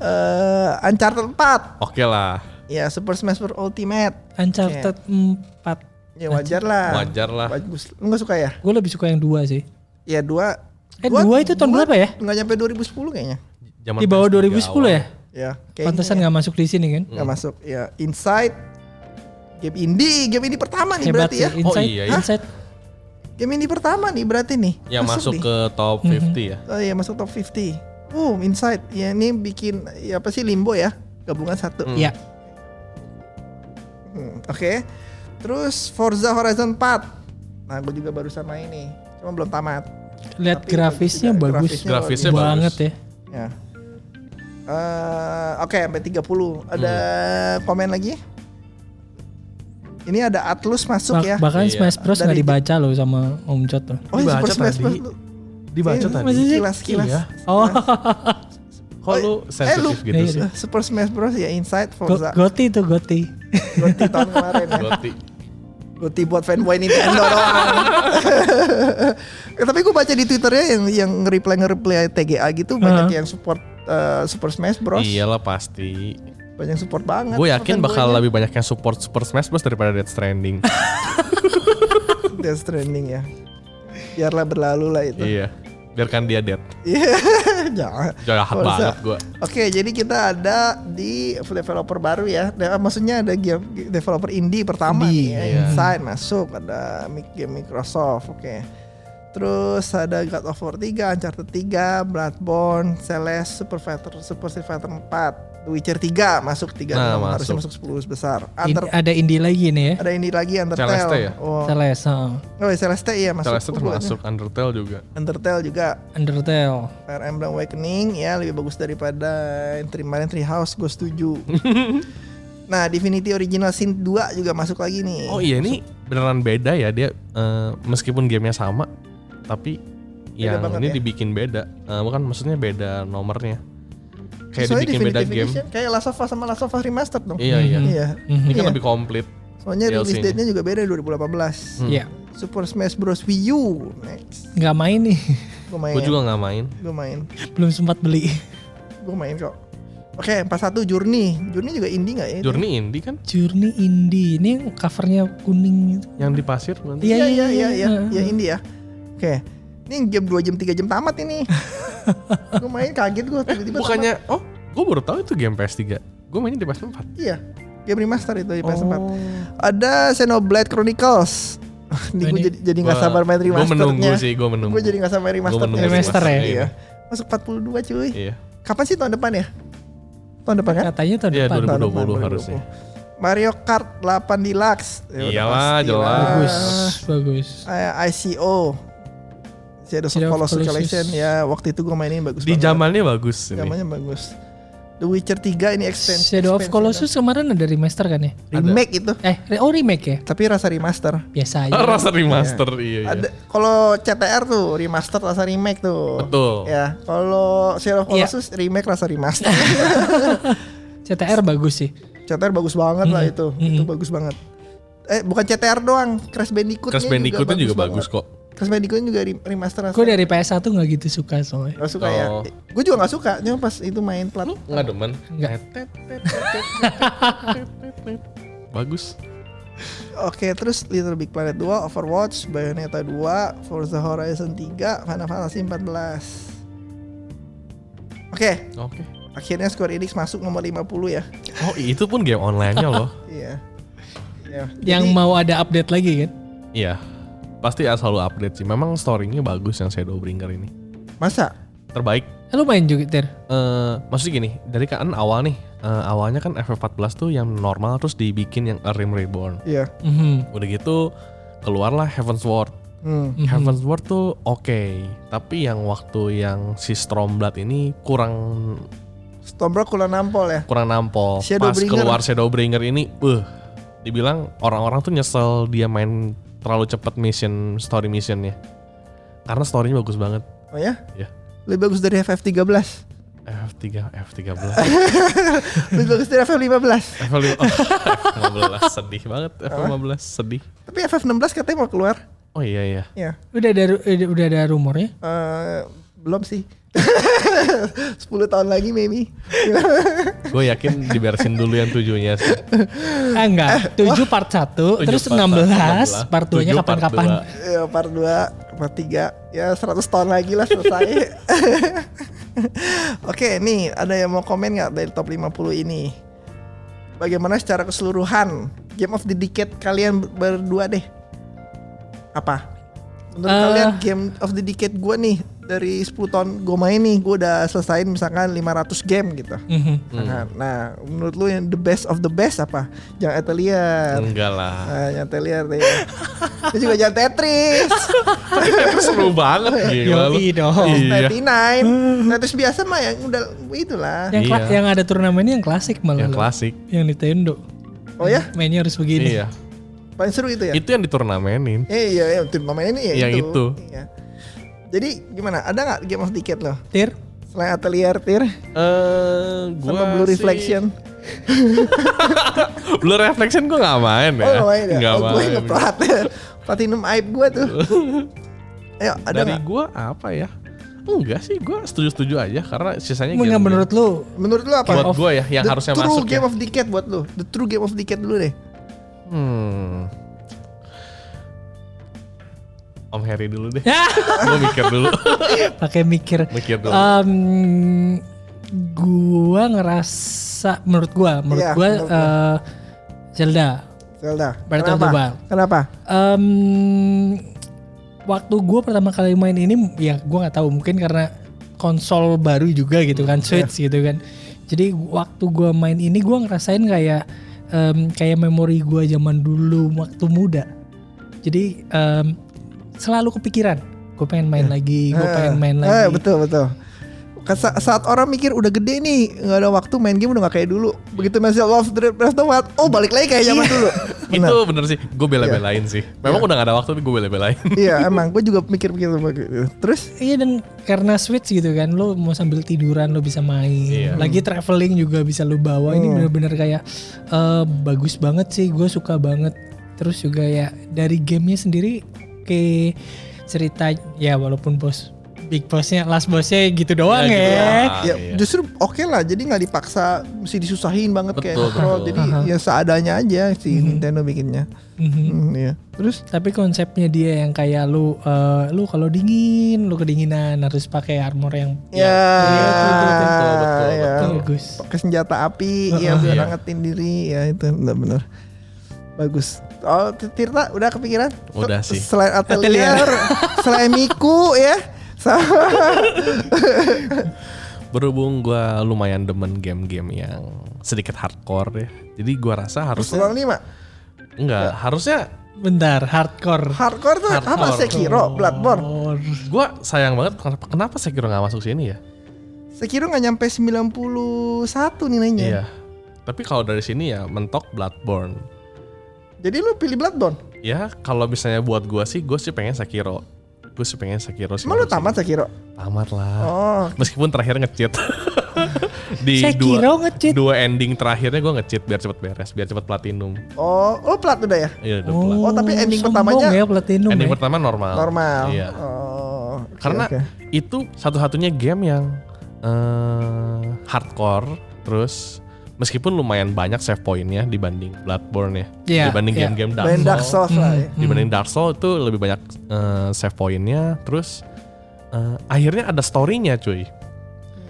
S2: Eh, Uncharted 4.
S4: Oke lah,
S2: Ya Super Smash Bros Ultimate.
S3: Uncharted 4.
S2: Ya wajar lah.
S4: wajar lah.
S2: Bagus. Lu nggak suka ya?
S3: Gue lebih suka yang dua sih.
S2: Ya dua.
S3: Eh, dua itu tahun berapa ya?
S2: Nggak nyampe 2010 kayaknya.
S4: Zaman
S3: Di bawah
S4: PS3
S3: 2010 ya?
S4: awal.
S2: Ya. kayaknya
S3: Pantesan
S2: ya.
S3: nggak masuk di sini kan?
S2: nggak masuk ya Inside game indie game indie pertama nih
S3: Hebat
S2: berarti
S3: sih.
S2: ya
S4: Oh,
S3: Inside,
S4: iya,
S3: Inside.
S2: game indie pertama nih berarti nih
S3: Ya,
S4: Yang Ya, masuk
S2: nih.
S4: ke top 50 ya.
S2: oh iya masuk top 50 uh Inside ya ini bikin ya apa sih Limbo ya gabungan satu
S4: Hmm.
S3: Iya.
S2: Hmm, oke terus Forza Horizon 4 nah gue juga barusan main nih cuma belum tamat
S3: Lihat
S2: Tapi
S3: grafisnya
S2: juga
S3: bagus
S4: Grafisnya bagus.
S3: banget ya.
S2: ya Eh, oke sampai 30 ada
S3: Hmm.
S2: komen lagi ini ada Atlus masuk
S3: Bah-
S2: ya
S3: Bahkan
S4: Iya.
S3: Smash Bros nggak
S2: Dari-
S3: dibaca loh sama Om Jot loh.
S2: ini
S4: Dibaca tadi. Dibaca
S2: Iya,
S4: tadi.
S2: Masih sih? Kilas, kilas.
S4: Iya.
S3: Oh,
S4: Kok lu sensitif gitu
S3: iya,
S4: sih?
S3: iya.
S2: eh, Super Smash Bros ya Inside
S3: Go-
S2: Forza
S3: Goti tuh Goti.
S2: Goti tahun kemarin ya.
S4: Eh, Goti.
S2: Goti buat fanboy Nintendo doang. Eh, Tapi gue baca di twitternya yang yang reply nge-reply TGA gitu banyak
S3: Heeh.
S2: yang support eh, Super Smash Bros.
S4: Iyalah pasti.
S2: Banyak support banget.
S4: Gue yakin bakal
S2: fanboynya.
S4: lebih banyak yang support Super Smash Bros daripada Death Stranding.
S2: Death Stranding ya. Biarlah berlalu lah itu.
S4: iya. Biarkan dia dead.
S2: Iya, jangan.
S4: Jahat
S2: Forza.
S4: banget gue.
S2: Oke, jadi kita ada di developer baru ya. Da- Maksudnya ada game developer indie pertama nih ya.
S4: iya.
S2: Inside masuk, ada mi- game Microsoft. Oke. Terus ada God of War 3, Uncharted 3, Bloodborne, Celeste, Super Fighter, Super Street Fighter 4, The Witcher 3 masuk 3
S4: Nah,
S2: nama, harusnya
S4: masuk. eh,
S2: masuk 10 besar.
S3: In-
S2: Under,
S3: ada indie lagi nih ya.
S2: ada ini lagi Undertale.
S4: Celeste ya?
S2: Oh,
S3: Celeste, ah. heeh.
S2: oh, Celeste iya masuk.
S4: Celeste
S2: Oh, bulannya.
S4: termasuk Undertale juga.
S2: Undertale juga
S3: Undertale.
S2: Fire Emblem Awakening ya lebih bagus daripada yang kemarin Three House gue setuju. nah, Divinity Original Sin 2 juga masuk lagi nih.
S4: Oh iya ini beneran beda ya dia eh, meskipun gamenya sama tapi yang
S2: banget
S4: ini
S2: ya?
S4: dibikin beda. Eh, bukan maksudnya beda nomornya. Kayak
S2: Soalnya
S4: dibikin beda
S2: Divinity
S4: game.
S2: Edition kayak Last of Us sama Last of Us Remastered dong.
S4: Iya iya.
S2: Iya.
S4: Ini kan
S2: Iya.
S4: lebih komplit.
S2: Soalnya release
S4: DLC-nya.
S2: date-nya juga beda 2018.
S4: Hmm.
S3: Iya.
S2: Super Smash Bros Wii U next.
S3: Nggak main nih.
S2: Gue main.
S4: Gue juga nggak main.
S2: Gue main.
S3: Belum sempat beli.
S2: Gue main kok. Oke, 41 Journey. Journey juga indie nggak ya?
S4: Journey Indie kan
S3: Journey Indie. Ini yang covernya kuning gitu.
S4: yang di pasir nanti.
S3: Iya,
S2: Iya iya iya iya
S3: iya.
S2: ya, indie ya. Oke. Ini jam 2 jam 3 jam tamat ini. gue main kaget gue tiba-tiba tamat.
S4: Bukannya oh gue baru tahu itu game PS3. Gue mainnya di PS4.
S2: Iya, game remaster itu di PS4.
S4: Oh.
S2: Ada Xenoblade Chronicles. Ini gue
S3: Ini-
S2: jadi jadi nggak sabar main
S4: Gue
S2: remasternya.
S4: menunggu sih, gue menunggu.
S2: Gue jadi nggak sabar main remasternya.
S4: menunggu
S3: Remaster ya?
S2: Iya. Masuk 42 cuy.
S4: Iya.
S2: Kapan sih tahun depan ya? Tahun depan kan?
S3: Katanya tahun
S4: Iya,
S3: depan.
S4: 2020
S2: Tahun depan,
S4: harusnya.
S2: Mario Kart 8 Deluxe. Ya udah
S4: Iyalah,
S2: pastilah.
S4: jelas.
S3: Bagus, bagus.
S2: Eh, ICO. Shadows of
S3: Shadow of
S2: Colossus
S3: Colossus.
S2: Collection ya waktu itu gue mainin bagus
S4: Di
S2: banget.
S4: zamannya bagus ini.
S2: Zamannya bagus. The Witcher 3 ini expansion.
S3: Shadow of Colossus kemarin ada remaster kan ya?
S2: remake itu.
S3: Eh, re- oh remake ya?
S2: Tapi rasa remaster.
S3: Biasa aja.
S4: Ah, Rasa remaster iya iya.
S2: Ada kalau CTR tuh remaster rasa remake tuh.
S4: Betul.
S2: Ya, kalau Shadow of
S3: Iya.
S2: Colossus remake rasa remaster.
S3: CTR bagus sih.
S2: CTR bagus banget lah
S3: Hmm.
S2: itu. Itu bagus banget. Eh, bukan CTR doang, Crash Bandicoot
S4: Crash Bandicootnya juga bagus kok.
S2: Crash Bandicoot juga re- remaster rasa.
S3: Gue dari PS1 nggak gitu suka soalnya.
S2: Gak suka ya.
S4: Oh.
S2: Gue juga gak suka, cuma pas itu main plat.
S4: Nggak demen.
S3: Nggak.
S4: Bagus.
S2: Oke, terus Little Big Planet 2, Overwatch, Bayonetta 2, Forza Horizon 3, Final Fantasy 14. Oke,
S4: Oke.
S2: akhirnya Square Enix masuk nomor 50 ya.
S4: Oh itu pun game online-nya loh.
S2: Iya. Iya. Jadi-
S3: Yang mau ada update lagi kan?
S4: Iya. Pasti ya selalu update sih. Memang story-nya bagus yang Shadowbringer ini.
S2: masa
S4: Terbaik.
S3: Eh, lu main juga
S4: Eh,
S3: Ter?
S4: maksudnya gini, dari kan awal nih, eh, awalnya kan FF14 tuh yang normal terus dibikin yang A Realm Reborn.
S2: Iya.
S3: Mhm.
S4: Udah gitu keluarlah Heaven's Sword.
S2: Hmm.
S3: Mhm.
S4: Heaven's Sword tuh oke, tapi yang waktu yang si Stormblood ini kurang
S2: Stormblock kurang nampol ya.
S4: kurang nampol. Pas
S2: Shadowbringer.
S4: keluar Shadowbringer ini, uh, dibilang orang-orang tuh nyesel dia main terlalu cepet mission story missionnya. Karena storynya bagus banget.
S2: Oh ya?
S4: Iya.
S2: Lebih bagus dari FF13.
S4: F3, F13.
S2: Lebih bagus dari FF15.
S4: F15. Oh, F15 sedih banget. F15 sedih.
S2: Tapi FF16 katanya mau keluar.
S4: Oh iya iya.
S2: Ya.
S3: Udah ada ru- eh, udah ada rumornya?
S2: Eh, belum sih. 10 tahun lagi maybe.
S4: Gue yakin diberesin dulu yang tujuhnya sih.
S2: Eh,
S3: Ah enggak, 7 part 1,
S4: Tujuh
S3: terus
S4: part
S3: 16,
S4: 16,
S3: part 2-nya
S4: tujuh part
S3: kapan-kapan.
S4: dua.
S2: Ya, part 2, part 3. Ya 100 tahun lagi lah selesai. Oke, nih ada yang mau komen nggak dari top 50 ini? Bagaimana secara keseluruhan game of the decade kalian ber- berdua deh? Apa? Menurut
S3: Eh.
S2: kalian game of the decade gue nih dari 10 tahun gue main nih gue udah selesaiin misalkan 500 game gitu.
S3: Mhm.
S2: Misalkan. Nah, menurut lu yang the best of the best apa? Jangan Atelier.
S4: Enggak lah.
S2: Nah, jangan Atelier deh. Itu juga jangan Tetris.
S4: Itu seru banget gila lu.
S3: Yoi
S2: Oh,
S3: dong.
S4: Iya.
S2: 99 Tetris Nah, biasa mah yang udah itulah
S3: Yang kla-
S4: Iya.
S3: yang ada turnamen yang klasik malah.
S4: Yang
S3: loh.
S4: klasik.
S3: Yang Nintendo.
S2: Oh ya?
S3: Mainnya harus begini.
S4: Iya.
S2: paling seru itu ya
S4: Itu yang diturnamenin.
S2: Eh, iya iya tim pemain ini ya
S4: Yang itu.
S2: Iya. jadi gimana ada nggak game of ticket loh
S3: Tir,
S2: Selain Atelier Tir
S4: Eh, gua
S2: sama Blue
S4: sih-
S2: Reflection.
S4: Blue Reflection gue gak main ya.
S2: Oh, nggak main ya?
S4: Nggak
S2: Oh, gue
S4: main.
S2: inget platinum, platinum aib gue tuh. Ayo, ada
S4: Dari
S2: nggak?
S4: gue apa ya? Enggak sih, gue setuju-setuju aja karena sisanya
S3: Emang yang menurut lu
S2: Menurut lu apa?
S4: buat gue ya yang
S2: The
S4: harusnya
S2: true
S4: masuk
S2: game
S4: ya.
S2: of decade buat lu. The true game of decade dulu deh.
S4: Hmm. Om Harry dulu deh.
S3: Ya.
S4: gue mikir dulu.
S3: pakai mikir.
S4: mikir dulu.
S3: Em, gua ngerasa menurut gua, menurut
S2: Iya,
S3: gua
S2: menurut gua.
S3: eh, Zelda.
S2: Zelda.
S3: Breath of the
S2: Kenapa?
S3: Wild.
S2: Kenapa?
S3: Em, waktu gua pertama kali main ini ya gua nggak tahu mungkin karena konsol baru juga gitu
S2: Iya.
S3: kan, Switch gitu kan. Jadi waktu gua main ini gua ngerasain kayak em, kayak memori gua zaman dulu waktu muda. Jadi em, selalu kepikiran, gue pengen main lagi, gue pengen main
S2: Iya. Eh,
S3: lagi.
S2: eh, betul betul. Kesa- saat orang mikir udah gede nih nggak ada waktu main game udah nggak kayak dulu begitu masih love the breath of the Wild oh balik lagi kayak zaman dulu
S4: Iya. itu bener sih, gue bela-belain sih. Memang udah gak ada waktu tapi gue bela-belain.
S2: iya emang gue juga mikir-mikir sama gitu. terus
S3: Iya dan karena Switch gitu kan, lo mau sambil tiduran lo bisa main,
S4: Iya.
S3: lagi traveling juga bisa lo bawa. Ini bener-bener kayak eh, bagus banget sih, gue suka banget. Terus juga ya dari gamenya sendiri ke cerita ya walaupun bos big bossnya last bossnya gitu
S4: Ya,
S3: doang ya.
S4: gitu doang. Ah,
S2: ya
S4: iya.
S2: justru oke lah jadi nggak dipaksa mesti disusahin banget kayak
S4: Betul,
S2: kontrol
S4: betul.
S2: jadi ya seadanya aja si Nintendo bikinnya
S3: Mhm.
S2: Hmm, iya. terus
S3: Tapi konsepnya dia yang kayak lu eh, lu kalau dingin, lu kedinginan harus pakai armor yang
S2: ya
S4: iya, betul, betul, betul,
S2: ya.
S4: betul.
S3: bagus.
S2: pakai senjata api ya
S4: Heeh.
S2: biar
S4: Iya.
S2: hangatin diri ya itu benar-benar bagus oh Tirta udah kepikiran
S4: Udah
S2: Se-
S4: sih.
S2: selain atelier, selain Miku ya sama
S4: Berhubung gue lumayan demen game-game yang sedikit hardcore ya. Jadi gue rasa harusnya
S2: Persona 5 Ya.
S4: enggak harusnya
S3: Bentar, hardcore.
S2: hardcore tuh apa
S4: Hardcore.
S2: Sekiro Bloodborne
S4: gue sayang banget kenapa kenapa Sekiro nggak masuk sini ya?
S2: Sekiro nggak nyampe 91 nilainya
S4: Iya. Tapi kalau dari sini ya mentok Bloodborne.
S2: jadi lu pilih Bloodborne
S4: Ya kalau misalnya buat gue sih gue sih pengen Sekiro. Gue sih pengen Sekiro. sih
S2: Emang lu
S4: harusnya.
S2: tamat Sekiro?
S4: Tamat lah.
S2: Oh,
S4: Meskipun terakhir nge-cheat. Di
S3: Sekiro
S4: dua,
S3: nge-cheat?
S4: dua ending terakhirnya gue nge-cheat biar cepet beres, biar cepet platinum.
S2: oh, lu plat udah ya?
S4: Iya, udah pelan.
S2: Oh, tapi ending
S3: sombong
S2: pertamanya-
S3: ya platinum.
S4: Ending
S3: ya.
S4: pertama normal.
S2: Normal.
S4: Iya.
S2: Oh, oke,
S4: Karena
S2: oke.
S4: itu satu-satunya game yang eh, hardcore terus meskipun lumayan banyak save pointnya dibanding Bloodborne ya,
S3: Iya,
S4: dibanding
S3: iya. Hmm.
S4: game-game Dark
S2: Main
S4: Souls.
S2: Dark Souls lah ya.
S4: Dibanding Dark Souls itu lebih banyak eh, save pointnya terus eh, akhirnya ada story-nya cuy.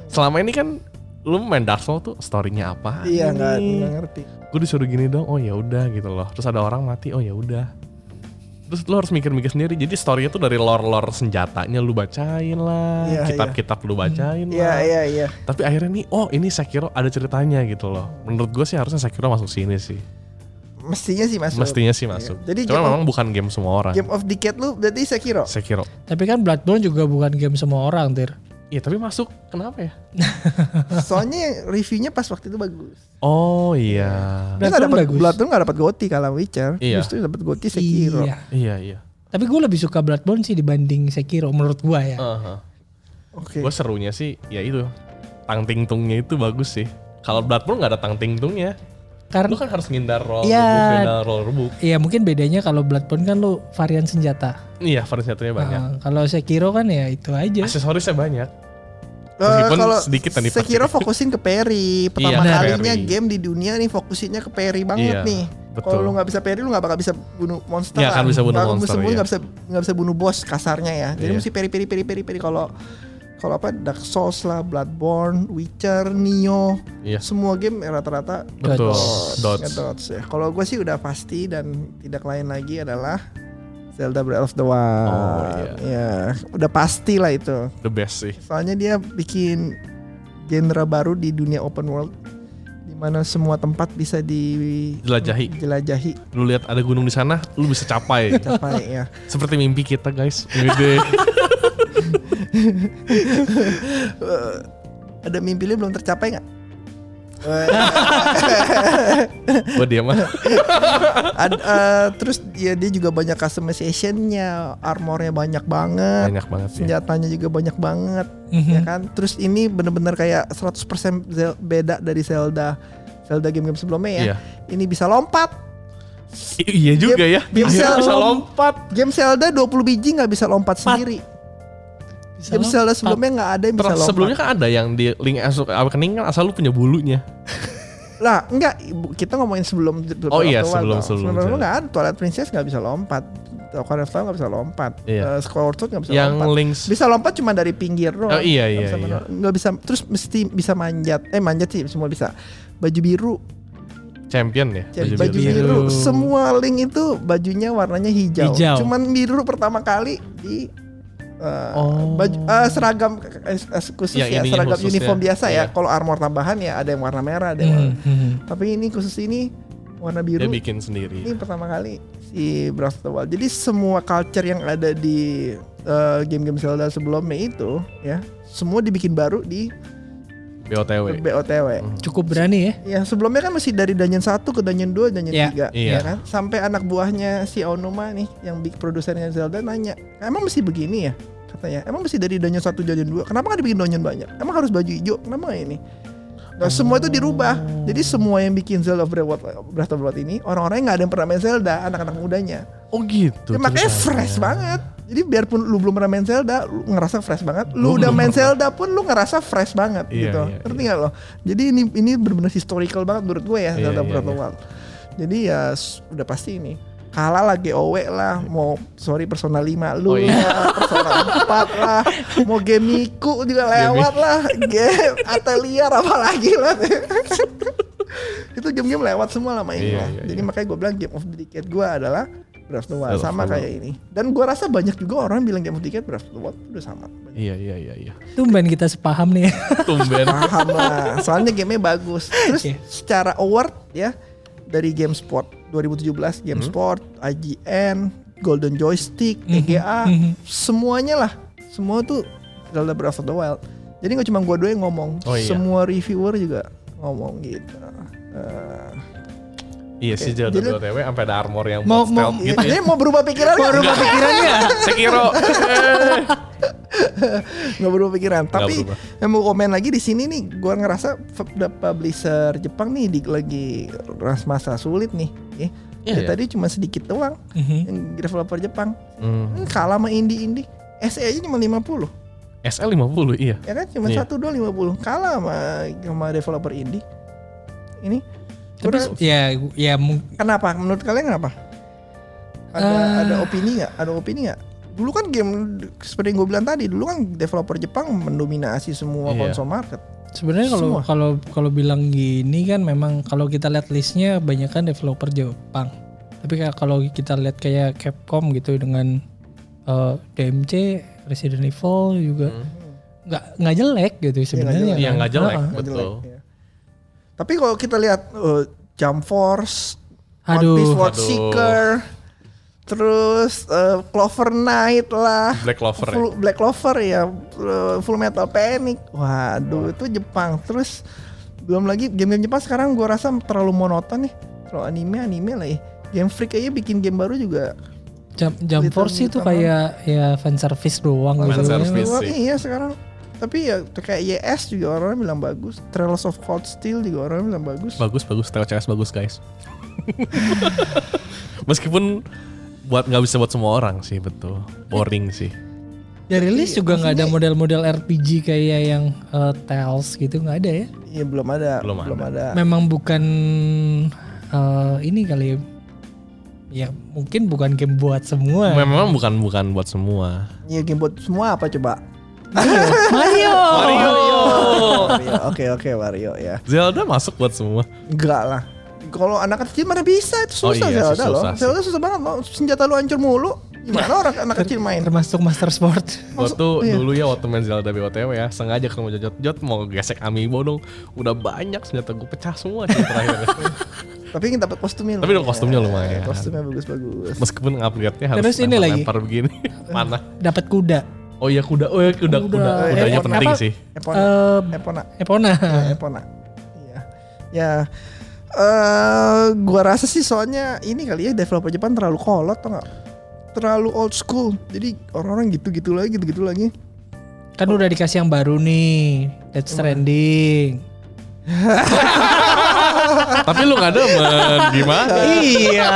S4: Selama ini kan lu main Dark Souls tuh story-nya apa?
S2: Iya, nggak
S4: Ini.
S2: nggak ngerti.
S4: gue disuruh gini dong oh ya udah gitu loh terus ada orang mati oh ya udah terus lo harus mikir-mikir sendiri jadi story-nya tuh dari lore-lore senjatanya lu bacain lah
S2: Iya,
S4: kitab-kitab lu bacain
S2: Iya,
S4: lah
S2: iya, iya.
S4: tapi akhirnya nih oh ini Sekiro ada ceritanya gitu loh menurut gue sih harusnya Sekiro masuk sini sih
S2: Mestinya sih masuk. Iya.
S4: mestinya sih masuk
S2: Jadi
S4: cuma
S2: game of-
S4: memang bukan game semua orang
S2: Game of Decade lu berarti Sekiro.
S4: Sekiro
S3: Tapi kan Bloodborne juga bukan game semua orang, Tir.
S4: iya tapi masuk kenapa ya
S2: Soalnya yang reviewnya pas waktu itu bagus.
S4: oh iya
S2: Dia
S3: Bloodborne
S2: nggak dapat
S3: bagus.
S2: Bloodborne nggak dapat goti kalau Witcher.
S4: Iya.
S2: Justru dapat goti Sekiro.
S3: Iya.
S4: iya iya
S3: Tapi gue lebih suka Bloodborne sih dibanding Sekiro menurut gua ya.
S4: Aha.
S2: Oke.
S4: gue serunya sih ya itu tang tungnya itu bagus sih kalau Bloodborne nggak ada tang tungnya lu
S3: Karena
S4: kan harus ngindar roll
S3: Iya.
S4: rebuk, ngindar roll rebuk.
S3: ya mungkin bedanya kalau Bloodborne kan lo varian senjata.
S4: Iya, varian satunya banyak.
S2: Ah.
S3: Nah, kalau Sekiro kan ya itu
S2: Iya.
S3: aja.
S4: Aksesorisnya banyak.
S2: Eh,
S4: meskipun sedikit tadi pasti.
S2: Sekiro fokusin ke Perry. Pertama
S4: Iya,
S2: kalinya
S4: parry.
S2: game di dunia nih fokusinnya ke Perry banget
S4: Iya,
S2: nih.
S4: betul.
S2: Kalau lu nggak bisa Perry lu nggak bakal bisa bunuh monster.
S4: Nggak
S2: lah.
S4: akan bisa bunuh
S2: Nggak-
S4: monster,
S2: semua
S4: iya.
S2: nggak bisa nggak bisa bunuh bos kasarnya ya. Jadi
S4: Iya.
S2: mesti Perry Perry Perry Perry Perry kalau kalau apa Dark Souls lah, Bloodborne, Witcher, Nioh,
S4: Iya.
S2: semua game rata-rata
S4: Betul.
S3: Dots.
S4: Dots.
S2: Dots ya. Kalau gue sih udah pasti dan tidak lain lagi adalah Zelda Breath of the Wild.
S4: Oh, iya.
S2: Ya, udah pasti lah itu.
S4: The best sih.
S2: Soalnya dia bikin genre baru di dunia open world di mana semua tempat bisa di
S4: Jelajahi.
S2: jelajahi
S4: Lu lihat ada gunung di sana, lu bisa capai.
S2: capai ya.
S4: Seperti mimpi kita, guys. Gede.
S2: Ada mimpi lu belum tercapai nggak? Eh,
S4: Gue diam ah.
S2: Ad- eh, terus ya dia juga banyak customizationnya, armornya banyak banget,
S4: Banyak banget sih.
S2: senjatanya juga banyak banget,
S4: Mhm.
S2: ya kan. Terus ini bener-bener kayak 100% Zel- beda dari Zelda, Zelda game-game sebelumnya ya.
S4: Iya.
S2: Ini bisa lompat.
S4: I- Iya juga
S2: Dia-
S4: ya.
S2: dia
S4: Bisa,
S2: bisa
S4: bisa lompat.
S2: Game Zelda 20 biji nggak bisa lompat sendiri. Game Zelda sebelumnya nggak ada yang bisa
S4: Terus
S2: lompat.
S4: sebelumnya kan ada yang di Link Awakening kan asal lu punya bulunya.
S2: Lah enggak, ibu- kita ngomongin sebelum
S4: Oh iya,
S2: Breath of the Wild
S4: sebelum-
S2: dong.
S4: sebelum
S2: Sebelum
S4: Zelda.
S2: enggak ada Twilight Princess enggak bisa lompat. Ocarina of Time enggak bisa lompat.
S4: Iya.
S2: Eh, Skyward Sword enggak bisa
S4: yang
S2: lompat.
S4: Link
S2: Bisa lompat cuma dari pinggir doang.
S4: Oh, iya,
S2: Nggak
S4: iya,
S2: bisa
S4: iya.
S2: menor- nggak bisa terus mesti bisa manjat. Eh manjat sih semua bisa. Baju biru,
S4: Champion ya.
S2: jadi
S4: Baju
S2: baju,
S4: biru.
S2: biru.
S3: biru.
S2: Semua link itu bajunya warnanya hijau.
S3: Hijau.
S2: Cuman biru pertama kali di eh,
S4: Oh.
S2: baju eh, seragam eh, eh, khusus
S4: Yang
S2: ya,
S4: ininya
S2: seragam
S4: khususnya.
S2: uniform biasa
S4: Iya. Hmm.
S2: ya. Kalau armor tambahan ya ada yang warna merah, ada yang
S3: Hmm,
S2: warna tapi ini khusus ini warna biru. Iya.
S4: Dia bikin sendiri.
S2: Ini pertama kali si Breath of the Wild. Jadi semua culture yang ada di eh, game-game Zelda sebelumnya itu ya, semua dibikin baru di Iya.
S4: BOTW.
S2: BOTW.
S3: Cukup berani ya.
S2: Ya, sebelumnya kan masih dari dungeon 1 ke dungeon 2, dungeon
S3: Ya,
S2: 3,
S4: iya.
S2: ya kan? Sampai anak buahnya si Onuma nih yang big produsernya Zelda nanya, "Emang mesti begini ya?" katanya. "Emang mesti dari dungeon 1 dungeon 2? Kenapa nggak dibikin dungeon banyak? Emang harus baju hijau? Kenapa nggak ini?" Nah, semua itu dirubah. Jadi semua yang bikin Zelda of Breath of the Wild- Breath of the Wild ini orang-orang yang nggak ada yang pernah main Zelda, anak-anak mudanya.
S4: Oh gitu.
S2: Ya, makanya
S4: ceritanya.
S2: fresh banget. Jadi biarpun lu belum pernah main Zelda, lu ngerasa fresh banget. Lu udah main Zelda pun lu ngerasa fresh banget
S4: Iya,
S2: gitu.
S4: iya,
S2: Ngerti nggak lo? Jadi ini ini benar-benar historical banget menurut gue ya
S4: Iya,
S2: Zelda
S4: iya,
S2: Breath of the
S4: iya.
S2: Wild. Jadi ya s- udah pasti ini kalah lah GOW lah mau sorry Persona 5 lu
S4: Oh, iya.
S2: lah, Persona 4 lah mau Gemiku juga lewat lah game Atelier apalagi lah itu game-game lewat semua lah mainnya.
S4: Iya, iya,
S2: Jadi
S4: iya.
S2: makanya gue bilang game of the decade gue adalah Breath of the Wild
S4: Breath of
S2: sama
S4: the
S2: kayak ini. Dan gue rasa banyak juga orang bilang game of the decade Breath of the Wild udah sama.
S4: Iya iya iya iya.
S3: Tumben kita sepaham nih. ya.
S4: Tumben.
S2: Paham lah. Soalnya gamenya bagus. Terus
S3: Iya.
S2: secara award ya dari GameSpot 2017, GameSpot,
S4: Hmm.
S2: IGN, Golden Joystick, TGA,
S4: Hmm.
S3: mhm.
S2: semuanya lah. Semua tuh Zelda Breath of the Wild. Jadi nggak cuma gue doang yang ngomong,
S4: Oh, iya.
S2: semua reviewer juga ngomong gitu. Eh,
S4: Iya sih
S2: Oke,
S4: Zelda
S2: jadi-
S4: BOTW sampai ada armor yang
S3: Mau-
S4: buat stealth
S3: mau-
S4: gitu ya.
S2: Jadi mau berubah pikiran nggak?
S3: Baru pikirannya.
S4: Sekiro.
S2: nggak berubah pikiran. Tapi
S4: berubah.
S2: yang mau komen lagi di sini nih, gua ngerasa f- the publisher Jepang nih di, lagi ras masa sulit nih. Ya.
S4: Iya,
S2: Ya,
S4: iya.
S2: Tadi cuma sedikit doang
S3: Mhm.
S2: yang developer Jepang.
S4: Hmm.
S2: Hmm, kalah sama indie-indie. SE E aja cuma 50,
S4: SL 50 iya.
S2: ya kan? Cuma
S4: Iya.
S2: satu dua 50. Kalah sama sama developer indie. Ini
S3: Tapi
S2: Gua-
S3: ya ya mung-
S2: kenapa? Menurut kalian kenapa? Ada
S3: Eh.
S2: ada opini nggak? Ada opini nggak? Dulu kan game seperti yang gue bilang tadi, dulu kan developer Jepang mendominasi semua
S4: Iya.
S2: konsol market.
S3: Sebenarnya kalau
S2: Semua.
S3: kalau kalau bilang gini kan memang kalau kita lihat listnya banyak kan developer Jepang. Tapi kayak kalau kita lihat kayak Capcom gitu dengan eh, DMC, Resident Evil juga nggak nggak jelek gitu sebenarnya.
S4: Hmm. Iya nggak jelek
S3: Ah,
S2: Nggak
S4: betul.
S2: jelek, ya. Tapi kalau kita lihat eh, Jump Force, One
S3: Aduh.
S2: Piece World
S4: Aduh.
S2: Seeker, terus eh, Clover Knight lah,
S4: Black Clover. ya.
S2: Full- Black Clover ya, eh, Full Metal Panic. Waduh, itu Jepang. Terus belum lagi game-game Jepang sekarang gua rasa terlalu monoton nih. Kalau anime anime lah ya. Game Freak aja bikin game baru juga.
S3: Jam jam
S2: Little
S3: force itu
S2: Mutant
S3: kayak ya fan service doang
S4: Fan
S3: gitu.
S4: service.
S2: Keluar
S4: sih.
S2: Iya sekarang. Tapi ya kayak YS juga orang bilang bagus, Trails of Cold Steel juga orang bilang bagus.
S4: Bagus bagus TOCS bagus guys. Meskipun buat nggak bisa buat semua orang sih betul. Boring sih.
S3: Dari
S2: Iya,
S3: list juga nggak ada
S2: maksudnya-
S3: model-model RPG kayak yang eh, Tales gitu nggak ada ya.
S2: Iya belum ada,
S4: Belum
S2: belum, ada.
S3: memang bukan eh, ini kali ya. Ya, mungkin bukan game buat semua.
S4: Memang bukan bukan buat semua.
S2: Iya game buat semua apa coba?
S3: Mario.
S4: Mario.
S2: Wario, Oke oke Wario ya.
S4: Zelda masuk buat semua.
S2: Enggak lah. Kalau anak kecil mana bisa itu
S4: Oh
S2: susah
S4: iya,
S2: Zelda
S4: susah
S2: loh.
S4: sih.
S2: Zelda susah banget loh. Senjata lu hancur mulu. Gimana orang anak kecil main?
S3: Termasuk Master Sport.
S4: Gua
S2: Maksud-
S4: tuh
S2: iya.
S4: dulu ya waktu main Zelda BOTW ya sengaja ketemu Jot Jot Jot mau gesek amiibo dong udah banyak senjata gue pecah semua sih terakhir
S2: Tapi kita dapat kostumnya.
S4: Tapi
S2: lumayan.
S4: kostumnya lumayan.
S2: Kostumnya bagus-bagus.
S4: meskipun upgrade-nya harus
S3: Terus ini lagi.
S4: lempar begini panah
S3: Dapat kuda.
S4: oh iya kuda oh iya kuda kuda
S3: Kuda.
S4: kudanya
S2: Eh,
S4: penting
S3: apa?
S4: sih
S2: Epona.
S3: Eh,
S2: Epona.
S3: Epona.
S2: Eh, Epona. Iya. Ya. Eh gua rasa sih soalnya ini kali ya developer Jepang terlalu kolot tau nggak? Terlalu old school. Jadi orang-orang gitu-gitu lagi, gitu-gitu lagi.
S3: Kan udah dikasih yang baru nih, Death Stranding.
S4: Tapi lu nggak demen gimana?
S3: iya.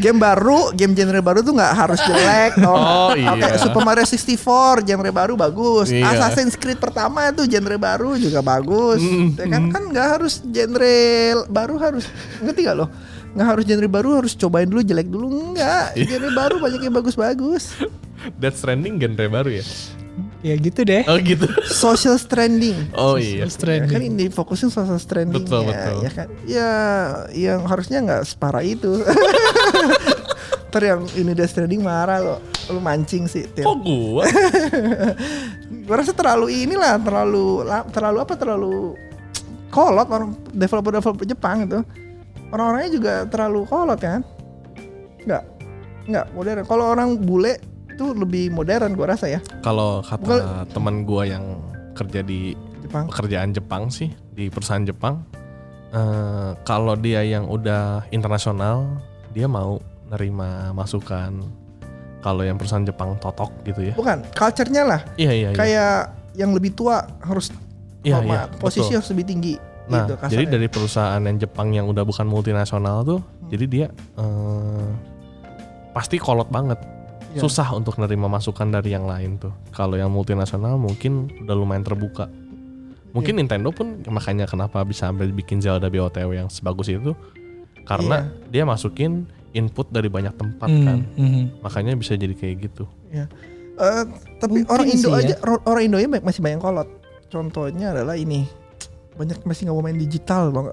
S2: Game baru, game genre baru tuh nggak harus jelek. tau nggak?
S4: Oh,
S2: Kayak
S4: iya.
S2: Super Mario 64 genre baru bagus.
S4: Iya.
S2: Assassin's Creed pertama tuh genre baru juga bagus.
S4: Mm,
S2: Ya kan kan nggak harus genre baru harus ngerti gak lo? Nggak harus genre baru harus cobain dulu jelek dulu enggak.
S4: Iya.
S2: Genre baru banyak yang bagus-bagus.
S4: Death Stranding genre baru ya?
S3: Ya gitu deh.
S4: Oh gitu.
S2: Social Stranding.
S4: Oh iya.
S3: Death
S2: Ya kan ini
S3: Stranding.
S2: fokusnya social stranding ya,
S4: Betul, betul.
S2: ya kan ya yang harusnya nggak separah itu ter yang ini dia stranding marah lo lo mancing sih Tir.
S4: Kok gua?
S2: gue rasa terlalu inilah terlalu la- terlalu apa terlalu kolot orang developer developer Jepang itu orang-orangnya juga terlalu kolot kan nggak nggak modern kalau orang bule itu lebih modern gue rasa ya
S4: Kalau kata
S2: Bukan-
S4: teman gua yang kerja di
S2: Jepang
S4: pekerjaan Jepang sih di perusahaan Jepang, eh, kalau dia yang udah internasional dia mau nerima masukan. Kalau yang perusahaan Jepang totok gitu ya?
S2: bukan culture-nya lah
S4: Iya iya. iya.
S2: kayak yang lebih tua harus
S4: Iya,
S2: hormat,
S4: iya,
S2: posisi
S4: betul.
S2: harus lebih tinggi
S4: Nah,
S2: gitu kasarnya.
S4: jadi dari perusahaan yang Jepang yang udah bukan multinasional tuh,
S2: Hmm.
S4: jadi dia eh, pasti kolot banget.
S2: Iya.
S4: Susah untuk nerima masukan dari yang lain tuh. Kalau yang multinasional mungkin udah lumayan terbuka.
S2: Iya.
S4: Mungkin Nintendo pun makanya kenapa bisa sampai bikin Zelda BOTW yang sebagus itu karena
S2: Iya.
S4: dia masukin input dari banyak tempat
S3: Hmm,
S4: kan.
S3: mhm.
S4: Makanya bisa jadi kayak gitu.
S2: Ya. Eh, tapi
S3: Mungkin
S2: orang Indo
S4: ya.
S3: sih
S2: aja ro- orang Indonya banyak- masih banyak kolot. Contohnya adalah ini. Banyak masih nggak mau main digital bang.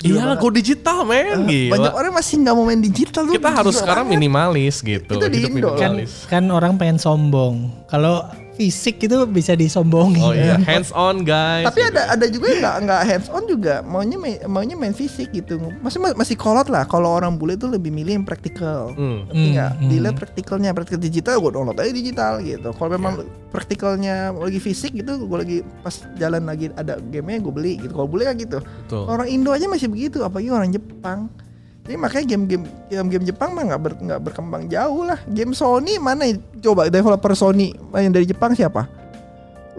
S4: Iya, go digital men, Kan gila.
S2: Eh, Banyak orang masih nggak mau main digital lu.
S4: Kita harus
S2: Gila
S4: sekarang
S2: banget.
S4: minimalis gitu.
S2: Itu di
S4: Hidup
S2: Indo.
S3: Kan
S4: minimalis.
S3: kan orang pengen sombong. Kalau fisik itu bisa disombongin.
S4: Oh iya, hands on guys. Gitu.
S2: Tapi ada ada juga yang nggak nggak hands on juga maunya main, maunya main fisik gitu. Masih masih kolot lah. Kalau orang bule tuh lebih milih yang praktikal.
S4: Hmm.
S2: Tapi nggak
S3: Hmm, hmm.
S2: dilihat praktikalnya, praktikal digital gue download aja digital gitu. Kalau memang
S4: Iya.
S2: praktikalnya lagi fisik gitu, gue lagi pas jalan lagi ada gamenya gue beli gitu. Kalau bule kan gitu.
S4: Betul.
S2: Orang Indo aja masih begitu, apalagi orang Jepang. Jadi makanya game-game game-game Jepang mah nggak ber- nggak berkembang jauh lah. Game Sony mana ya? coba developer Sony yang dari Jepang siapa?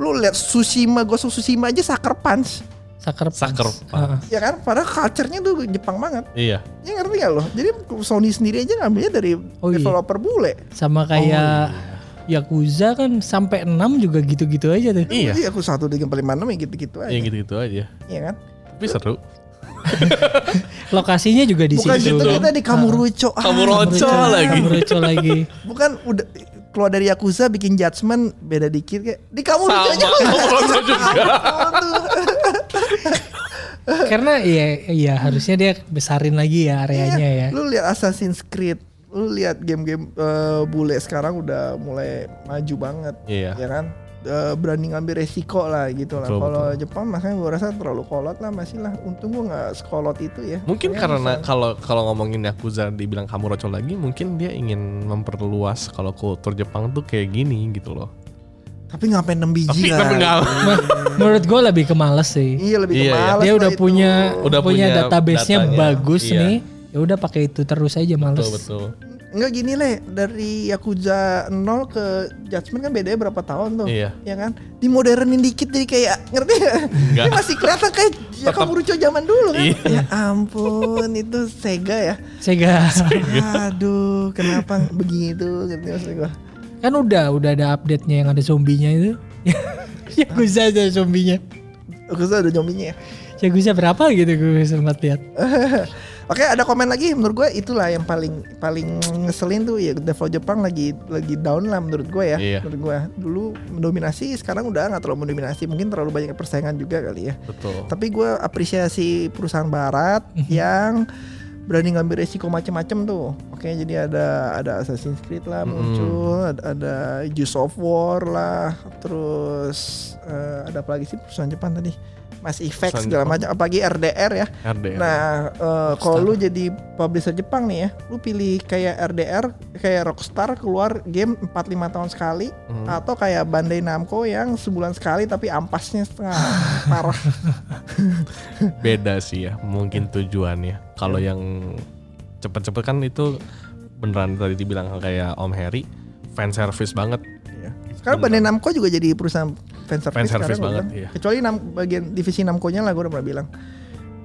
S2: Lu lihat Tsushima, Ghost of Tsushima aja sucker punch,
S3: Saker Punch.
S4: Sucker Punch.
S3: Ah,
S2: ya kan? Padahal culture-nya tuh Jepang banget.
S4: Iya.
S2: Ya ngerti gak lo? Jadi Sony sendiri aja ngambilnya dari
S3: Oh iya.
S2: developer bule.
S3: Sama kayak
S2: iya.
S3: Yakuza kan sampai 6 juga gitu-gitu aja tuh.
S4: Iya.
S2: Jadi aku satu di game paling mana ya gitu-gitu aja.
S4: Ya gitu-gitu aja.
S2: Iya kan?
S4: Tapi seru.
S3: Lokasinya juga di
S2: Bukan
S3: situ. kan.
S2: gitu kita di Kamurocho. Ah,
S4: Kamurocho lagi.
S3: Kamurocho lagi.
S2: Bukan udah keluar dari Yakuza bikin judgement beda dikit kayak di Kamurocho
S4: Sama.
S2: aja.
S4: Kamurocho juga.
S3: Karena ya iya harusnya dia besarin lagi ya areanya
S2: Iya,
S3: ya.
S2: Lu lihat Assassin's Creed, lu lihat game-game eh, bule sekarang udah mulai maju banget,
S4: Iya.
S2: ya kan? Eh, berani ngambil resiko lah gitu lah.
S4: Betul,
S2: Kalau Jepang makanya gue rasa terlalu kolot lah masih lah. Untung gue nggak sekolot itu ya.
S4: Mungkin
S2: Ya, bisa.
S4: karena kalau kalau ngomongin Yakuza dibilang Kamurocho lagi, mungkin dia ingin memperluas kalau kultur Jepang tuh kayak gini gitu loh.
S2: tapi ngapain 6 biji
S4: Tapi
S2: lah.
S4: tapi enggak
S3: Ma- Menurut gue lebih ke males sih.
S2: Iya lebih ke
S4: Iya, iya.
S2: malas
S3: Dia
S2: lah
S3: udah
S2: itu.
S3: punya
S4: Udah
S3: punya
S4: punya
S3: databasenya
S4: datanya.
S3: bagus
S4: Iya.
S3: nih. Ya udah pakai itu terus aja males.
S4: betul betul.
S2: Enggak gini leh dari Yakuza 0 ke Judgment kan bedanya berapa tahun tuh
S4: Iya.
S2: ya kan dimodernin dikit jadi kayak ngerti nggak?
S4: Enggak.
S2: Ini masih kelihatan kayak ya
S4: Tetep.
S2: kamu rucu zaman dulu kan
S4: Iya.
S2: ya ampun itu Sega ya
S3: Sega.
S4: Iya.
S2: aduh kenapa begitu ngerti maksud gua
S3: Kan udah udah ada update-nya yang ada zombinya itu. Yakuza ada zombinya.
S2: Yakuza ada zombinya ya
S3: Yakuza berapa gitu gue sempat lihat.
S2: Oke ada komen lagi menurut gue itulah yang paling paling ngeselin tuh ya Devil Jepang lagi lagi down lah menurut gue ya
S4: Iya.
S2: menurut gue dulu mendominasi sekarang udah nggak terlalu mendominasi mungkin terlalu banyak persaingan juga kali ya
S4: Betul.
S2: tapi gue apresiasi perusahaan barat
S4: Mhm.
S2: yang berani ngambil resiko macem-macem tuh oke jadi ada ada Assassin's Creed lah
S4: Mm-mm.
S2: muncul ada, ada Gears of War lah terus eh, ada apa lagi sih perusahaan Jepang tadi Mas Effect
S4: Pesan
S2: segala
S4: Jepang.
S2: macam apalagi RDR ya
S4: RDR.
S2: Nah, eh, kalau lu jadi publisher Jepang nih ya, lu pilih kayak RDR, kayak Rockstar keluar game 4-5 tahun sekali
S4: Hmm.
S2: atau kayak Bandai Namco yang sebulan sekali tapi ampasnya setengah parah.
S4: beda sih ya
S2: Iya.
S4: mungkin tujuannya kalau yang cepet-cepet kan itu beneran tadi dibilang kayak Om Heri fan service banget
S2: Iya. Sekarang Bandai Namco juga jadi perusahaan fan service,
S4: Fan
S2: sekarang,
S4: service
S2: gua
S4: banget,
S2: bilang.
S4: iya.
S2: Kecuali nam- bagian divisi Namco-nya lah gue udah pernah bilang.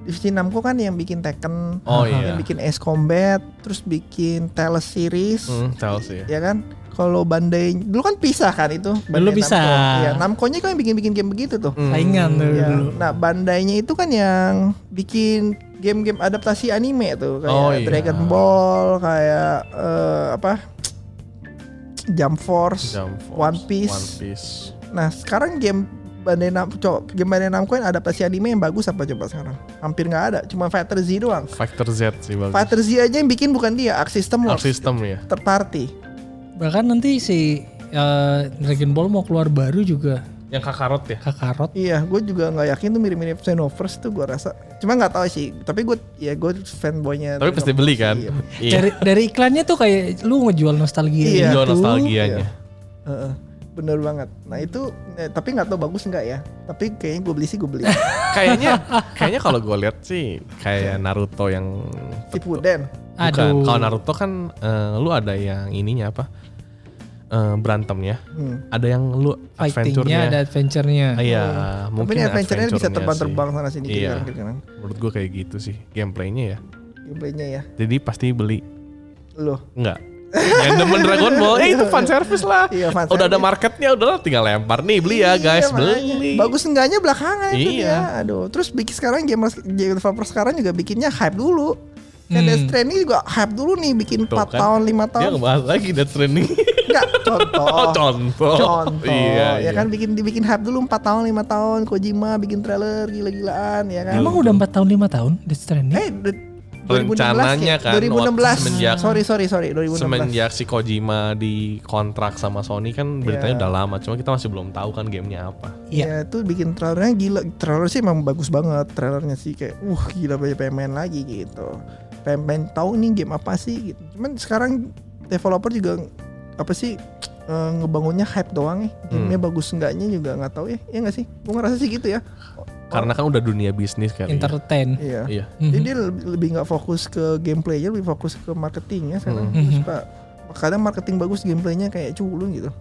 S2: Divisi Namco kan yang bikin Tekken,
S4: oh
S2: yang
S4: iya
S2: bikin Ace Combat, terus bikin Tales series.
S4: hmm, Chelsea
S2: ya kan kalau Bandai dulu kan pisah kan itu
S3: Dulu pisah.
S2: Namco. ya Namco-nya kan yang bikin-bikin game begitu tuh
S4: Hmm.
S3: Saingan tuh
S2: Ya,
S3: dulu.
S2: nah Bandainya itu kan yang bikin game-game adaptasi anime tuh kayak
S4: Oh, iya.
S2: Dragon Ball kayak eh, apa Jump Force.
S4: Jump Force,
S2: One Piece.
S4: One Piece.
S2: nah sekarang game Bandai Namco coba, game Bandai Namco yang adaptasi anime yang bagus apa coba sekarang hampir nggak ada cuma Fighter Z doang
S4: Factor Z sih bagus
S2: Fighter Z aja yang bikin bukan dia Arc System Works
S4: Arc system ya
S2: third party
S3: Bahkan nanti si eh, Dragon Ball mau keluar baru juga
S4: yang kakarot ya
S3: Kakarot.
S2: Iya, gue juga nggak yakin tuh mirip-mirip Xenoverse tuh gue rasa. Cuma nggak tahu sih. Tapi gue, ya gue fanboynya.
S4: tapi pasti beli kan
S2: Iya.
S4: iya
S3: Dari dari iklannya tuh kayak lu ngejual nostalgia
S2: Iya.
S4: jual
S3: gitu.
S4: nostalgianya
S2: Heeh, bener banget. Nah itu, eh, tapi nggak tahu bagus nggak ya. Tapi kayaknya gue beli sih gue beli.
S4: kayaknya kayaknya kalau gue lihat sih kayak Naruto yang
S2: Shippuden.
S4: bukan
S3: Aduh.
S4: kalau Naruto kan eh, lu ada yang ininya apa Eh, berantemnya
S2: Hmm.
S4: ada yang lu
S3: Fightingnya
S4: adventure-nya
S3: ada adventure-nya.
S4: Ah, Iya,
S2: Hmm. Tapi
S4: mungkin
S2: ini adventure-nya bisa
S4: adventure-nya
S2: terbang-terbang
S4: sih.
S2: sana sini
S4: Iya.
S2: kiri kanan.
S4: Menurut gue kayak gitu sih gameplaynya ya.
S2: Gameplaynya ya,
S4: Jadi pasti beli
S2: loh.
S4: enggak? Yang demen Dragon Ball, eh itu fan service lah.
S2: Iya, fan
S4: udah ada
S2: service.
S4: marketnya, udah lah, tinggal lempar nih beli ya guys,
S2: Iya, makanya.
S4: beli.
S2: Bagus enggaknya belakangan itu
S4: Iya.
S2: dia. Aduh, terus bikin sekarang gamer game developer sekarang juga bikinnya hype dulu. Kayak
S3: Hmm.
S2: Death Stranding juga hype dulu nih bikin
S4: Tuh
S2: 4
S4: kan.
S2: tahun, 5
S4: Dia
S2: tahun.
S4: ngebahas lagi Death Stranding.
S2: Enggak, contoh.
S4: Oh, contoh.
S2: Contoh,
S4: Iya,
S2: ya
S4: iya.
S2: kan bikin dibikin hype dulu 4 tahun, 5 tahun, Kojima bikin trailer gila-gilaan ya kan.
S3: Emang udah 4 tahun 5 tahun Death Stranding?
S2: eh de- 2016
S4: Rencananya
S2: ya?
S4: kan,
S2: 2016.
S4: waktu semenjak-
S2: sorry, sorry, sorry, 2016.
S4: Semenjak si Kojima di kontrak sama Sony kan
S2: Iya.
S4: beritanya udah lama, cuma kita masih belum tahu kan gamenya apa.
S3: Iya.
S2: Ya, itu bikin trailernya gila. Trailer sih emang bagus banget trailernya sih kayak uh gila banyak pengen main lagi gitu. Pengen, pengen tahu nih game apa sih gitu. Cuman sekarang developer juga apa sih eh, ngebangunnya hype doang ya.
S4: Hmm.
S2: Gamenya bagus enggaknya juga nggak tahu ya. Iya nggak sih? Gue ngerasa sih gitu ya.
S4: Karena kan udah dunia bisnis kali. ya.
S3: Entertain.
S2: Iya.
S4: Iya.
S2: Jadi
S3: Mhm.
S2: dia lebih lebih nggak fokus ke gameplaynya, lebih fokus ke marketingnya sekarang.
S3: Mhm.
S2: Gue suka kadang marketing bagus, gameplaynya kayak culun gitu.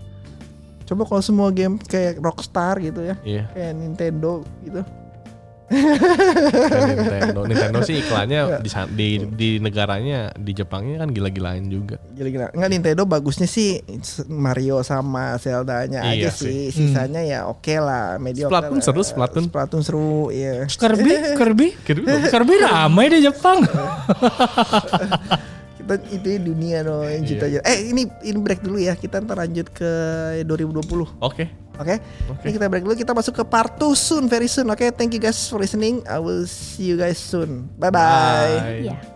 S2: Coba kalau semua game kayak Rockstar gitu ya,
S4: Iya.
S2: kayak Nintendo gitu.
S4: Kayak Nintendo. Nintendo sih
S2: Iya.
S4: iklannya di, san- di di negaranya di Jepangnya kan gila-gilaan juga.
S2: Gila-gila. Enggak Nintendo bagusnya sih Mario sama Zelda-nya
S4: Iya
S2: aja sih. Sisanya ya oke lah, mediocre.
S4: Splatoon
S2: lah.
S4: seru, Splatoon.
S2: Splatoon seru, iya.
S3: Kirby, Kirby,
S4: Kirby bagus.
S3: Kirby ramai di Jepang.
S2: Kita itu dunia no yang kita Eh ini ini break dulu ya. Kita ntar lanjut ke 2020.
S4: Oke.
S2: Oke,
S4: Oke.
S2: ini kita break dulu. Kita masuk ke part 2 soon, very soon. Oke, thank you guys for listening. I will see you guys soon. Bye bye.
S1: Iya.